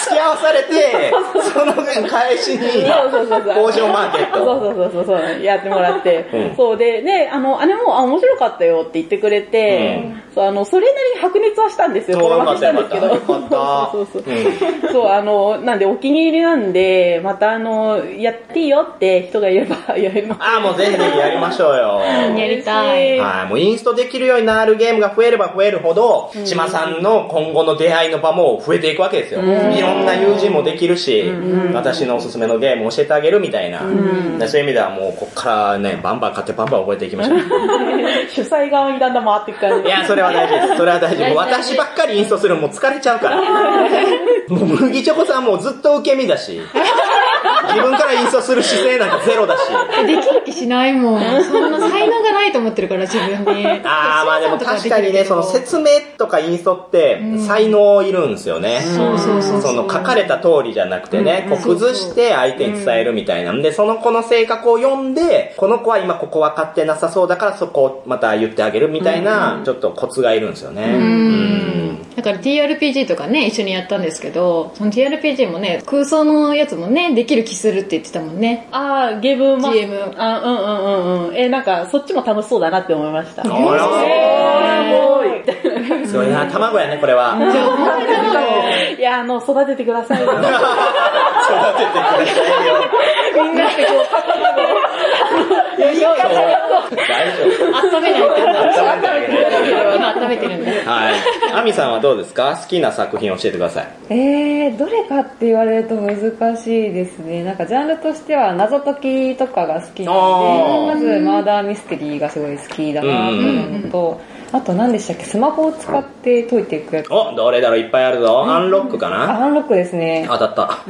[SPEAKER 1] 付き合わされて、その返しに、
[SPEAKER 5] そうそうそうそう
[SPEAKER 1] 工場マーケッ
[SPEAKER 5] そう
[SPEAKER 1] ト。
[SPEAKER 5] そうそうそうそう、やってもらって、
[SPEAKER 1] うん
[SPEAKER 5] そうで、で、あの、姉も、あ、面白かったよって言ってくれて、そう、あの、それなりに白熱はしたんですよ、
[SPEAKER 1] そう
[SPEAKER 5] ボ
[SPEAKER 1] よ
[SPEAKER 5] ロ
[SPEAKER 1] か
[SPEAKER 5] 負
[SPEAKER 1] っ
[SPEAKER 5] けしたた
[SPEAKER 1] よか
[SPEAKER 5] んで
[SPEAKER 1] っ
[SPEAKER 5] す
[SPEAKER 1] た。
[SPEAKER 5] けど、
[SPEAKER 1] よかった。
[SPEAKER 5] そうそうそう。
[SPEAKER 1] うん
[SPEAKER 5] そう、あの、なんでお気に入りなんで、またあの、やっていいよって人がいればやりま
[SPEAKER 1] ああ、もうぜひぜひやりましょうよ。
[SPEAKER 11] やりたい。
[SPEAKER 1] はい、もうインストできるようになるゲームが増えれば増えるほど、島さんの今後の出会いの場も増えていくわけですよ。いろんな友人もできるし、私のおすすめのゲームを教えてあげるみたいな。でそういう意味ではもうこっからね、バンバン買ってバンバン覚えていきましょう。
[SPEAKER 5] す。主催側にだんだん回っていく感
[SPEAKER 1] い
[SPEAKER 5] じ。
[SPEAKER 1] や、それは大事です。それは大事。もう私ばっかりインストするのもう疲れちゃうから。もう麦チョコさんもうずっと受け身だし。自分からインストする姿勢なんかゼロだし。
[SPEAKER 11] できる気しないもん。そんな才能がないと思ってるから、自分に。
[SPEAKER 1] あー、まあでも確かにね、その説明とかインストって
[SPEAKER 11] うん
[SPEAKER 1] 才能いるんですよね。
[SPEAKER 11] そうそうそうそう
[SPEAKER 1] その書かれた通りじゃなくてね、こう崩して相手に伝えるみたいなんで、その子の性格を読んで、この子は今ここ分かってなさそうだからそこをまた言ってあげるみたいな、ちょっとコツがいるんですよね。うん
[SPEAKER 11] だから TRPG とかね、一緒にやったんですけど、その TRPG もね、空想のやつもね、できる気するって言ってたもんね。
[SPEAKER 5] あー、ゲームマ
[SPEAKER 11] GM
[SPEAKER 5] あ、うんうんうんうん。え、なんか、そっちも楽しそうだなって思いました。
[SPEAKER 1] あら
[SPEAKER 5] えー、す
[SPEAKER 1] すごいな、卵やね、これは。育て
[SPEAKER 5] ごい。いや、あの、育ててください。
[SPEAKER 1] てくださいよ。
[SPEAKER 5] みんなってこう、パパ
[SPEAKER 1] 大丈夫。
[SPEAKER 11] 温めないってこと
[SPEAKER 1] 温めてあげない
[SPEAKER 11] 今温めてるんだ。
[SPEAKER 1] はい。アミさんはどうですか好きな作品教えてください。
[SPEAKER 7] えー、どれかって言われると難しいですね。なんかジャンルとしては謎解きとかが好きな
[SPEAKER 1] あー
[SPEAKER 7] んで、まずマーダーミステリーがすごい好きだなと思うのと、あと何でしたっけスマホを使って解いていくやつ。
[SPEAKER 1] お、どれだろういっぱいあるぞ。アンロックか
[SPEAKER 7] あ
[SPEAKER 1] な
[SPEAKER 7] アンロックですね。
[SPEAKER 1] 当たった。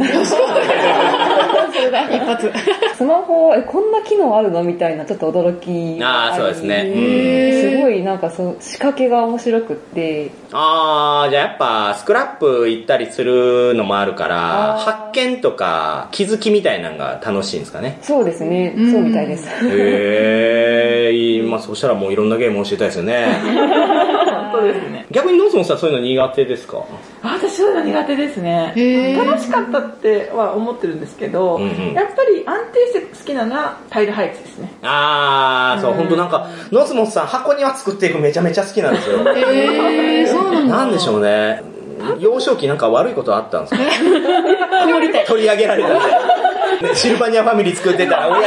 [SPEAKER 11] それだ、一発。
[SPEAKER 7] スマホ、え、こんな機能あるのみたいな、ちょっと驚きが
[SPEAKER 1] ああ、
[SPEAKER 7] り
[SPEAKER 1] そうですね。うん
[SPEAKER 7] すごいなんかその仕掛けが面白くって、
[SPEAKER 1] ああ、じゃあやっぱ、スクラップ行ったりするのもあるから、発見とか気づきみたいなのが楽しいんですかね。
[SPEAKER 7] そうですね、
[SPEAKER 11] ん
[SPEAKER 7] そうみたいです。
[SPEAKER 1] へえ、まあそしたらもういろんなゲーム教えたいですよね。
[SPEAKER 3] 本当ですね。
[SPEAKER 1] 逆にノースもさんそういうの苦手ですか
[SPEAKER 3] あ私そういうの苦手ですね。
[SPEAKER 11] へー
[SPEAKER 3] 楽しかったっては思ってるんですけど、
[SPEAKER 1] うんうん
[SPEAKER 3] やっぱり安定して好きなのはタイル配置ですね。
[SPEAKER 1] あー、そう、本当なんか、ノスモスさん箱庭作っていくめちゃめちゃ好きなんです よ。
[SPEAKER 11] えー、そうなんだ。
[SPEAKER 1] なんでしょうね。幼少期なんか悪いことあったんですか
[SPEAKER 11] 氷みたい。
[SPEAKER 1] 取り上げられたみたいな。ね シルバニアファミリー作ってたら親に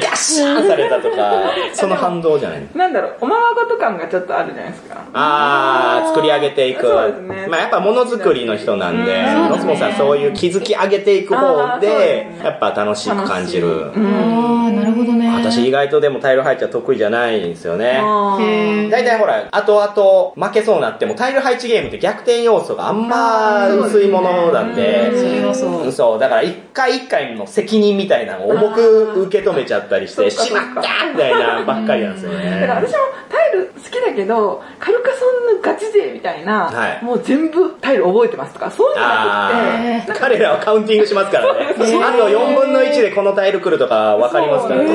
[SPEAKER 1] ガシャンされたとか、その反動じゃないの
[SPEAKER 3] なんだろう、おままごと感がちょっとあるじゃないですか。
[SPEAKER 1] あー、作り上げていく。
[SPEAKER 3] そうですね
[SPEAKER 1] まあやっぱものづくりの人なんで、
[SPEAKER 3] うん
[SPEAKER 1] ノスモスさんそういう気づき上げていく方
[SPEAKER 3] あーそう
[SPEAKER 1] で
[SPEAKER 3] です、ね
[SPEAKER 1] やっぱ楽しく感じる。
[SPEAKER 3] うん。
[SPEAKER 11] ああ、なるほどね。
[SPEAKER 1] 私意外とでもタイル配置は得意じゃないんですよね。
[SPEAKER 3] あー
[SPEAKER 1] 大体ほら、後々負けそうになってもタイル配置ゲームって逆転要素があんま薄いものだって。
[SPEAKER 11] それはそう。
[SPEAKER 1] そう、だから一回一回の責任みたいなのを重く受け止めちゃったりして、
[SPEAKER 3] そっ
[SPEAKER 1] し
[SPEAKER 3] か
[SPEAKER 1] ま
[SPEAKER 3] そ
[SPEAKER 1] っ
[SPEAKER 3] っか
[SPEAKER 1] たみたいなばっかりなんですよ
[SPEAKER 3] だから私
[SPEAKER 1] ね。
[SPEAKER 3] もタイル好きだけど、軽くそんなガチ勢みたいな、
[SPEAKER 1] はい
[SPEAKER 3] もう全部タイル覚えてますとか、そういうのじゃなくて、
[SPEAKER 1] あー彼らはカウンティングしますからね。あと4分の1でこのタイル来るとか分かりますからね。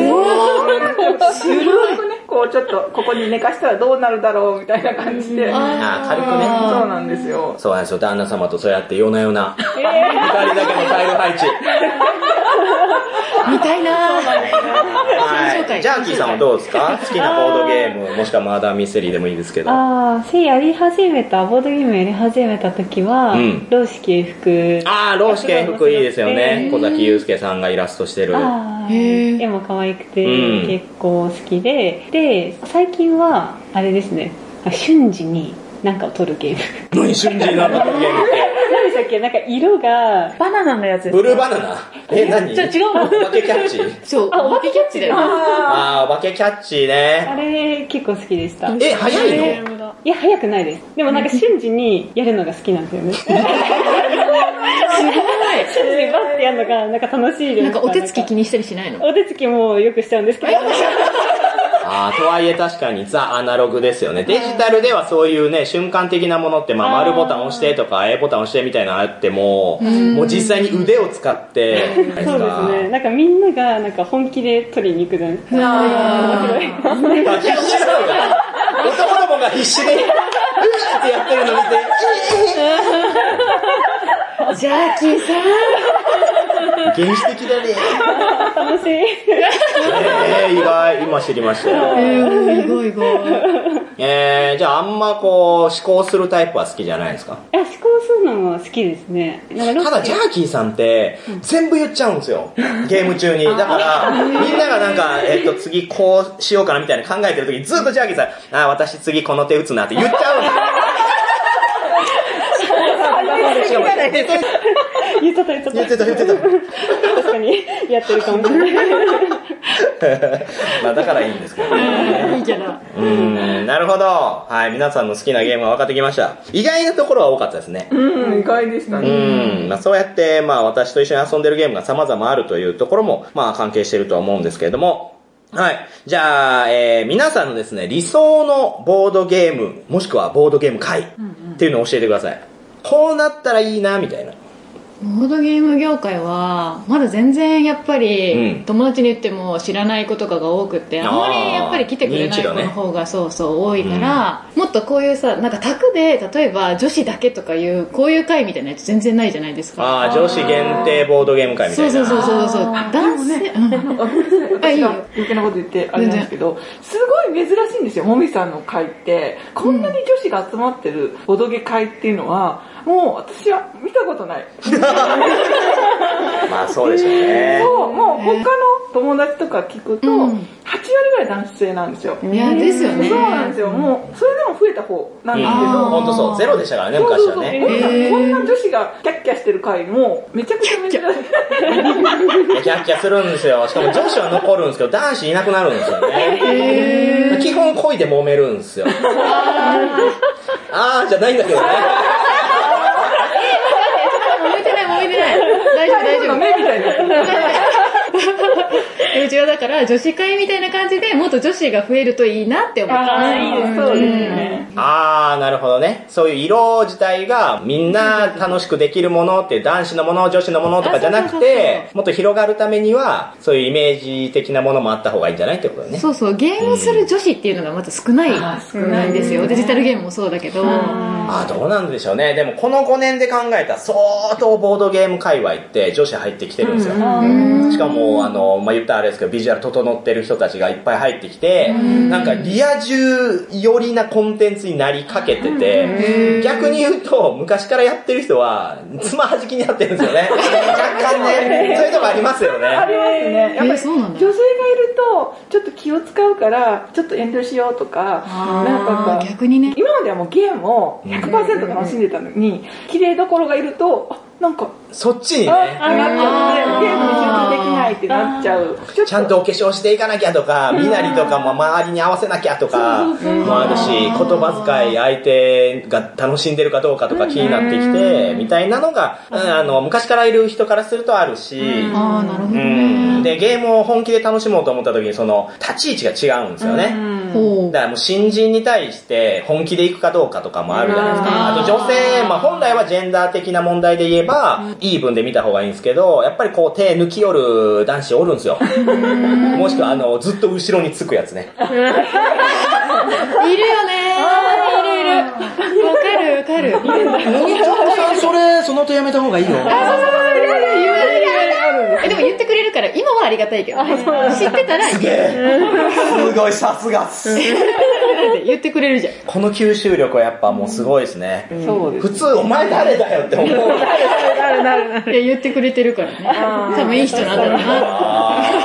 [SPEAKER 3] すごくね、こうちょっとここに寝かしたらどうなるだろうみたいな感じで、そう
[SPEAKER 1] あー軽くね。
[SPEAKER 3] なんですよ。
[SPEAKER 1] そうなんですよ、旦那様とそうやって夜な夜な。二人だけのタイル配置。
[SPEAKER 11] 見たいな紹
[SPEAKER 1] は
[SPEAKER 11] 介
[SPEAKER 1] い。ジャーキーさんはどうですか好きなボードゲーム、もしくはマーダーミステリーでもいいですけど。あ
[SPEAKER 6] ああ、せやり始めた、ボードゲームやり始めた時は、
[SPEAKER 1] うん
[SPEAKER 6] 老子系服。
[SPEAKER 1] あー、老子系服いいですよね。小崎祐介さんがイラストしてる。あ
[SPEAKER 6] あ
[SPEAKER 11] へ
[SPEAKER 6] ー
[SPEAKER 11] ー
[SPEAKER 6] 絵も可愛くて、
[SPEAKER 1] うん
[SPEAKER 6] 結構好きで、で、最近は、あれですね、あ瞬時に何かを撮るゲーム。
[SPEAKER 1] 何、瞬時になったゲームって。
[SPEAKER 6] 何でしたっけなんか色が、
[SPEAKER 5] バナナのやつです
[SPEAKER 1] ブルーバナナえ、何
[SPEAKER 5] ちょ違うの
[SPEAKER 1] お化けキャッチ
[SPEAKER 11] そう、お化けキャッチだよ。
[SPEAKER 1] あー、お化けキャッチ
[SPEAKER 6] あ
[SPEAKER 1] ね。
[SPEAKER 6] れ結構好きでした。い
[SPEAKER 1] え、早いの
[SPEAKER 6] や、早くないです。でもなんか瞬時にやるのが好きなんですよね。すごい瞬時にバッてやるのがなんか楽しいです。
[SPEAKER 11] なんかお手つき気にしたりしないの
[SPEAKER 6] お手つきもよくしちゃうんですけど。
[SPEAKER 1] あー、とはいえ確かにザ・アナログですよね。デジタルではそういうね、瞬間的なものって、まあ、丸ボタン押してとか、A ボタン押してみたいなのあっても、もう実際に腕を使って、そうです
[SPEAKER 6] そうですね。なんかみんながなんか本気で取りに行くじゃないですか。
[SPEAKER 1] あ必死なのが男の子が必死で、うーってやってるの見て、
[SPEAKER 11] ジャーキーさん。
[SPEAKER 1] 原始的だね。
[SPEAKER 6] 楽しい。
[SPEAKER 1] えー、意外、今知りましたよ。
[SPEAKER 11] えー、意外意外。
[SPEAKER 1] えー、じゃああんまこう、思考するタイプは好きじゃないですか。
[SPEAKER 6] いや、思考するのも好きですね。なんか
[SPEAKER 1] ただ、ジャーキーさんって、全部言っちゃうんですよ。ゲーム中に。だから、みんながなんか、えっと、次こうしようかなみたいな考えてる時に、ずっとジャーキーさん、あー、私次この手打つなって言っちゃうんですよ。しかも絶対
[SPEAKER 6] 言っちゃった言っちゃった。
[SPEAKER 1] 言ってた言ってた。
[SPEAKER 6] 確かに、やってるかもしれない。
[SPEAKER 1] まあだからいいんですけどね。
[SPEAKER 11] いいじゃな。
[SPEAKER 1] うーん、なるほど。はい、皆さんの好きなゲームは分かってきました。意外なところは多かったですね。
[SPEAKER 3] うん、意外でした
[SPEAKER 1] う
[SPEAKER 3] ね。
[SPEAKER 1] ーん、まあそうやって、まあ私と一緒に遊んでるゲームが様々あるというところも、まあ関係してるとは思うんですけれども、はい。じゃあ、えー、皆さんのですね、理想のボードゲーム、もしくはボードゲーム会っていうのを教えてください。こうなったらいいな、みたいな。
[SPEAKER 11] ボードゲーム業界は、まだ全然やっぱり、
[SPEAKER 1] うん
[SPEAKER 11] 友達に言っても知らないことかが多くて、あんまりやっぱり来てくれ
[SPEAKER 1] あ
[SPEAKER 11] な
[SPEAKER 1] ー認
[SPEAKER 11] い
[SPEAKER 1] 知度
[SPEAKER 11] 子
[SPEAKER 1] ね
[SPEAKER 11] の方がそうそう多いから、もっとこういうさ、なんか宅で、例えば女子だけとかいう、こういう会みたいなやつ全然ないじゃないですか。
[SPEAKER 1] ああ、女子限定ボードゲーム会みたい
[SPEAKER 11] そう
[SPEAKER 1] な。
[SPEAKER 11] そうそうそうそう。男性、うん
[SPEAKER 3] あごめんなさい
[SPEAKER 11] あいい
[SPEAKER 3] 私が
[SPEAKER 11] よ
[SPEAKER 3] 余計なこと言ってあれなんですけど、すごい珍しいんですよ、もみさんの会って。こんなに女子が集まってるボドゲ会っていうのは、もう私は見たことない。
[SPEAKER 1] まあそうでしょうね。
[SPEAKER 3] そう、もう他の友達とか聞くと、
[SPEAKER 11] うん
[SPEAKER 3] 8割ぐらい男性なんですよ。
[SPEAKER 11] いや、ですよね。
[SPEAKER 3] そうなんですよ。もう、それでも増えた方なんですけ
[SPEAKER 11] うん
[SPEAKER 3] ど、
[SPEAKER 1] 本当そう、ゼロでしたからね、
[SPEAKER 3] そう
[SPEAKER 1] 昔
[SPEAKER 3] そう
[SPEAKER 1] は
[SPEAKER 3] そう。
[SPEAKER 1] ね。
[SPEAKER 11] へー
[SPEAKER 3] こんな女子がキャッキャしてる回も、めちゃくちゃ珍し
[SPEAKER 1] キ
[SPEAKER 3] い。
[SPEAKER 1] ャッキャするんですよ。しかも女子は残るんですけど、男子いなくなるんですよね。基本恋で揉めるんですよ。あーじゃないんだけどね。
[SPEAKER 11] 揉めてない、揉めてない。大丈夫、大丈
[SPEAKER 3] の
[SPEAKER 11] 夫。
[SPEAKER 3] 目みたいな。
[SPEAKER 11] うちはだから女子会みたいな感じでもっと女子が増えるといいなって思ってます。
[SPEAKER 3] あーいいですそうですね。
[SPEAKER 1] あー、なるほどね。そういう色自体がみんな楽しくできるものって男子のもの、女子のものとかじゃなくて、もっと広がるためには、そういうイメージ的なものもあった方がいいんじゃないってことだね。
[SPEAKER 11] そうそう、ゲームする女子っていうのがまず少ないんですよ。デジタルゲームもそうだけど。
[SPEAKER 1] あーどうなんでしょうね。でもこの5年で考えたら相当ボードゲーム界隈って女子入ってきてるんですよ。しかも、あの、まあ、言ったらあれですけど、ビジュアル整ってる人たちがいっぱい入ってきて、なんかリア充寄りなコンテンツになりかけてて、逆に言うと、昔からやってる人は、つまはじきになってるんですよ ね。若干ね、そういうとこありますよ
[SPEAKER 3] あ
[SPEAKER 1] ね。
[SPEAKER 3] りますね。
[SPEAKER 11] え
[SPEAKER 3] やっぱ
[SPEAKER 11] ー、
[SPEAKER 3] り
[SPEAKER 11] そうなん
[SPEAKER 3] 女
[SPEAKER 11] だ
[SPEAKER 3] 性。がいると、ちょっと気を使うから、ちょっと遠慮しようとか、なんか
[SPEAKER 11] あ
[SPEAKER 3] こ
[SPEAKER 11] ー
[SPEAKER 3] う
[SPEAKER 11] 逆にね。
[SPEAKER 3] 今まではもうゲームを100%楽しんでたのに、綺麗どころがいると、あ、なんか、
[SPEAKER 1] そっちに
[SPEAKER 3] あ、
[SPEAKER 1] ね、
[SPEAKER 3] あなっちゃ
[SPEAKER 11] あ
[SPEAKER 3] っ
[SPEAKER 11] ー
[SPEAKER 3] て、ゲームに集中できないってなっちゃう。ょっと
[SPEAKER 1] ちゃんとお化粧していかなきゃとか、身なりとかも周りに合わせなきゃとかもあるし、言葉遣い相手が楽しんでるかどうかとか気になってきて、みたいなのが、うんあの、昔からいる人からするとあるし、
[SPEAKER 11] ああ、なるほど
[SPEAKER 1] うん
[SPEAKER 11] ね。
[SPEAKER 1] で、ゲームを本気で楽しもうと思った時に、その、立ち位置が違うんですよね。
[SPEAKER 11] ほう
[SPEAKER 1] だからもう新人に対して本気で行くかどうかとかもあるじゃないです
[SPEAKER 11] うん
[SPEAKER 1] か。あと女性、まあ本来はジェンダー的な問題で言えば、イーブンで見た方がいいんですけど、やっぱりこう手抜きよる男子おるんですよ。もしくはあの、ずっと後ろにつくやつね。
[SPEAKER 11] いるよねー。いるいる。わかるわかる。
[SPEAKER 1] ちょっとさん、それ、その手やめた方がいいよ。
[SPEAKER 11] え、でも言ってくれるから、今はありがたいけどね。知ってたら、
[SPEAKER 1] すげえ。すごい、さすがっす。
[SPEAKER 11] 言ってくれるじゃん。
[SPEAKER 1] この吸収力はやっぱもうすごいですね。
[SPEAKER 3] そうです。
[SPEAKER 1] 普通、お前誰だよって思う。
[SPEAKER 11] いや、言ってくれてるからね。多分いい人なんだろうな。
[SPEAKER 1] あ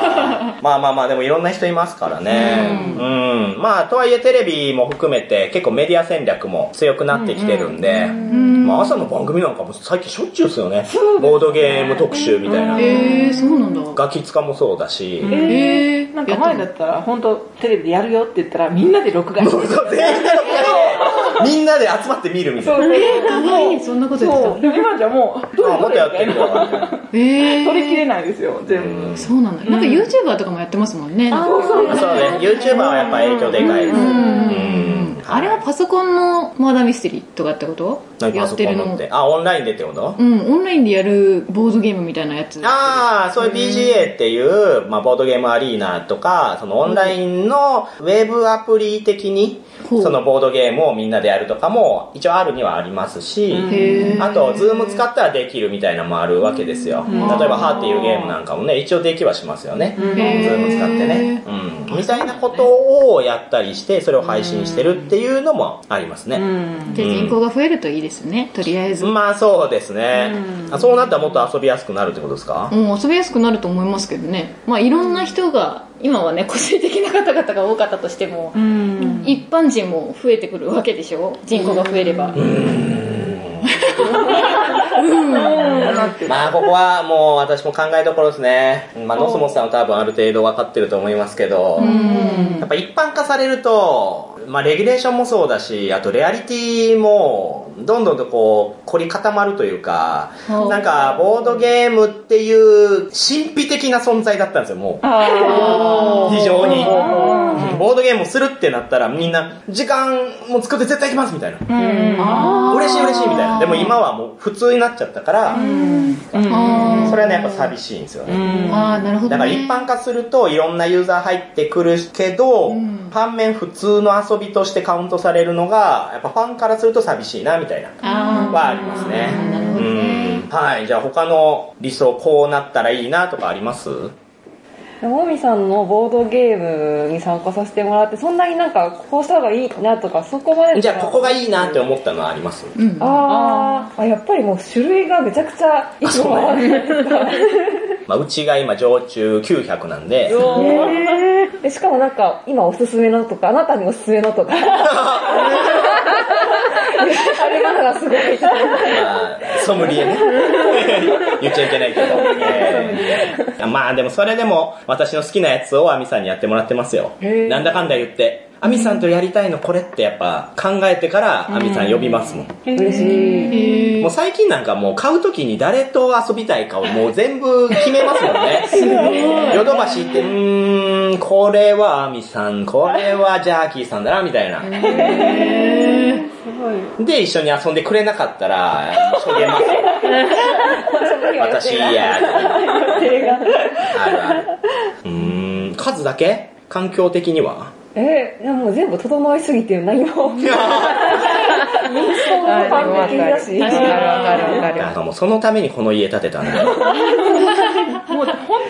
[SPEAKER 1] ーまあまあまあ、でもいろんな人いますからね。うん。まあ、とはいえテレビも含めて結構メディア戦略も強くなってきてるんで、まあ朝の番組なんかも最近しょっちゅうですよね。ボードゲーム特集みたいな。
[SPEAKER 11] えー、そうなんだ。
[SPEAKER 1] ガキ使もそうだし。
[SPEAKER 11] えー、
[SPEAKER 3] なんか前だったら、本当テレビでやるよって言ったら、みんなで録画して
[SPEAKER 1] そうそう全員でみんなで集まって見るみたいな。
[SPEAKER 11] えー、かわいい。そんなことやってた
[SPEAKER 3] そう。
[SPEAKER 11] の
[SPEAKER 3] でも今じゃもう、ど
[SPEAKER 1] あ、
[SPEAKER 3] れ
[SPEAKER 1] も
[SPEAKER 3] ど
[SPEAKER 1] っと
[SPEAKER 3] れ
[SPEAKER 1] や
[SPEAKER 3] み
[SPEAKER 1] ったて
[SPEAKER 3] い
[SPEAKER 1] る
[SPEAKER 3] な。
[SPEAKER 1] か。
[SPEAKER 11] えー。
[SPEAKER 3] 取りきれないですよ、全部。
[SPEAKER 11] そうなんだ。なんか YouTuber とかもやってますもんね。なんか
[SPEAKER 1] そうね。YouTuber はやっぱ影響でかいです。うん
[SPEAKER 11] あれはパソコンのマーダーミステリーとかってこと
[SPEAKER 1] 何
[SPEAKER 11] や
[SPEAKER 1] パ
[SPEAKER 11] っ
[SPEAKER 1] ソ
[SPEAKER 11] て
[SPEAKER 1] コ
[SPEAKER 11] る
[SPEAKER 1] ン持
[SPEAKER 11] の
[SPEAKER 1] って。あ、オンラインでってこと
[SPEAKER 11] うん、オンラインでやるボードゲームみたいなやつ。
[SPEAKER 1] ああ、そういう BGA っていう、まあ、ボードゲームアリーナとか、そのオンラインのウェブアプリ的に、
[SPEAKER 11] ほう
[SPEAKER 1] そのボードゲームをみんなでやるとかも、一応あるにはありますし、
[SPEAKER 11] へー
[SPEAKER 1] あと、ズーム使ったらできるみたいなのもあるわけですよ。例えば、ハーっていうゲームなんかもね、一応できはしますよね。ズーム使ってね。うん。みたいなことをやったりして、それを配信してるっていうのもありますね。
[SPEAKER 11] で人口が増えるといいですね、とりあえず。
[SPEAKER 1] まあ、そうですね。あそうなったらもっと遊びやすくなるってことですか
[SPEAKER 11] もう遊びやすくなると思いますけどね。まあいろんな人が、今はね、個性的な方々が多かったとしても、一般人も増えてくるわけでしょ人口が増えれば。
[SPEAKER 1] まあここはもう私も考えどころですね。まあ、ノスモスさんは多分ある程度分かってると思いますけど、やっぱ一般化されると、まあレギュレーションもそうだし、あとレアリティも、どんどんとこう、凝り固まるというか、
[SPEAKER 11] うん
[SPEAKER 1] なんかボードゲームっていう神秘的な存在だったんですよ、もう。非常に。ボードゲームをするってなったらみんな、時間も作って絶対行きますみたいな。嬉しい嬉しいみたいな。でも今はもう普通になっちゃったから、
[SPEAKER 11] あー
[SPEAKER 1] それはね、やっぱ寂しいんですよね。
[SPEAKER 11] あー、なるほど、
[SPEAKER 1] だ
[SPEAKER 11] ね。
[SPEAKER 1] から一般化するといろんなユーザー入ってくるけど、反面普通の遊びとしてカウントされるのが、やっぱファンからすると寂しいな、みたいな、
[SPEAKER 11] あ
[SPEAKER 1] はありますね。うん。はい。じゃあ他の理想こうなったらいいなとかあります
[SPEAKER 7] もみさんのボードゲームに参加させてもらって、そんなになんか、こうした方がいいなとか、そこまで。
[SPEAKER 1] じゃあここがいいなって思ったのはあります
[SPEAKER 7] あーあ、やっぱりもう種類がめちゃくちゃいつもある
[SPEAKER 1] まあ、うちが今常駐900なんで、
[SPEAKER 7] えしかもなんか、今おすすめのとか、あなたにおすすめのとか。あれまだがすごい。
[SPEAKER 1] まあ、ソムリエね。 言っちゃいけないけど。えーまあでもそれでも私の好きなやつをアミさんにやってもらってますよ。なんだかんだ言って。アミさんとやりたいのこれってやっぱ考えてからアミさん呼びますもん。
[SPEAKER 7] 嬉しい。
[SPEAKER 11] へ
[SPEAKER 1] もう最近なんかもう買うときに誰と遊びたいかをもう全部決め ますもんね。ヨドバシ行って、うーん、これはアミさん、これはジャーキーさんだな、みたいな。で、一緒に遊んでくれなかった ら、しょげますよ。私いいや、あるある。うーん、数だけ環境的には
[SPEAKER 7] えー、いやもう全部整いすぎて何も。
[SPEAKER 1] いや
[SPEAKER 7] 完璧だし。
[SPEAKER 5] 確かにわかるわかる
[SPEAKER 1] なんかもうそのためにこの家建てたんで。
[SPEAKER 3] もう本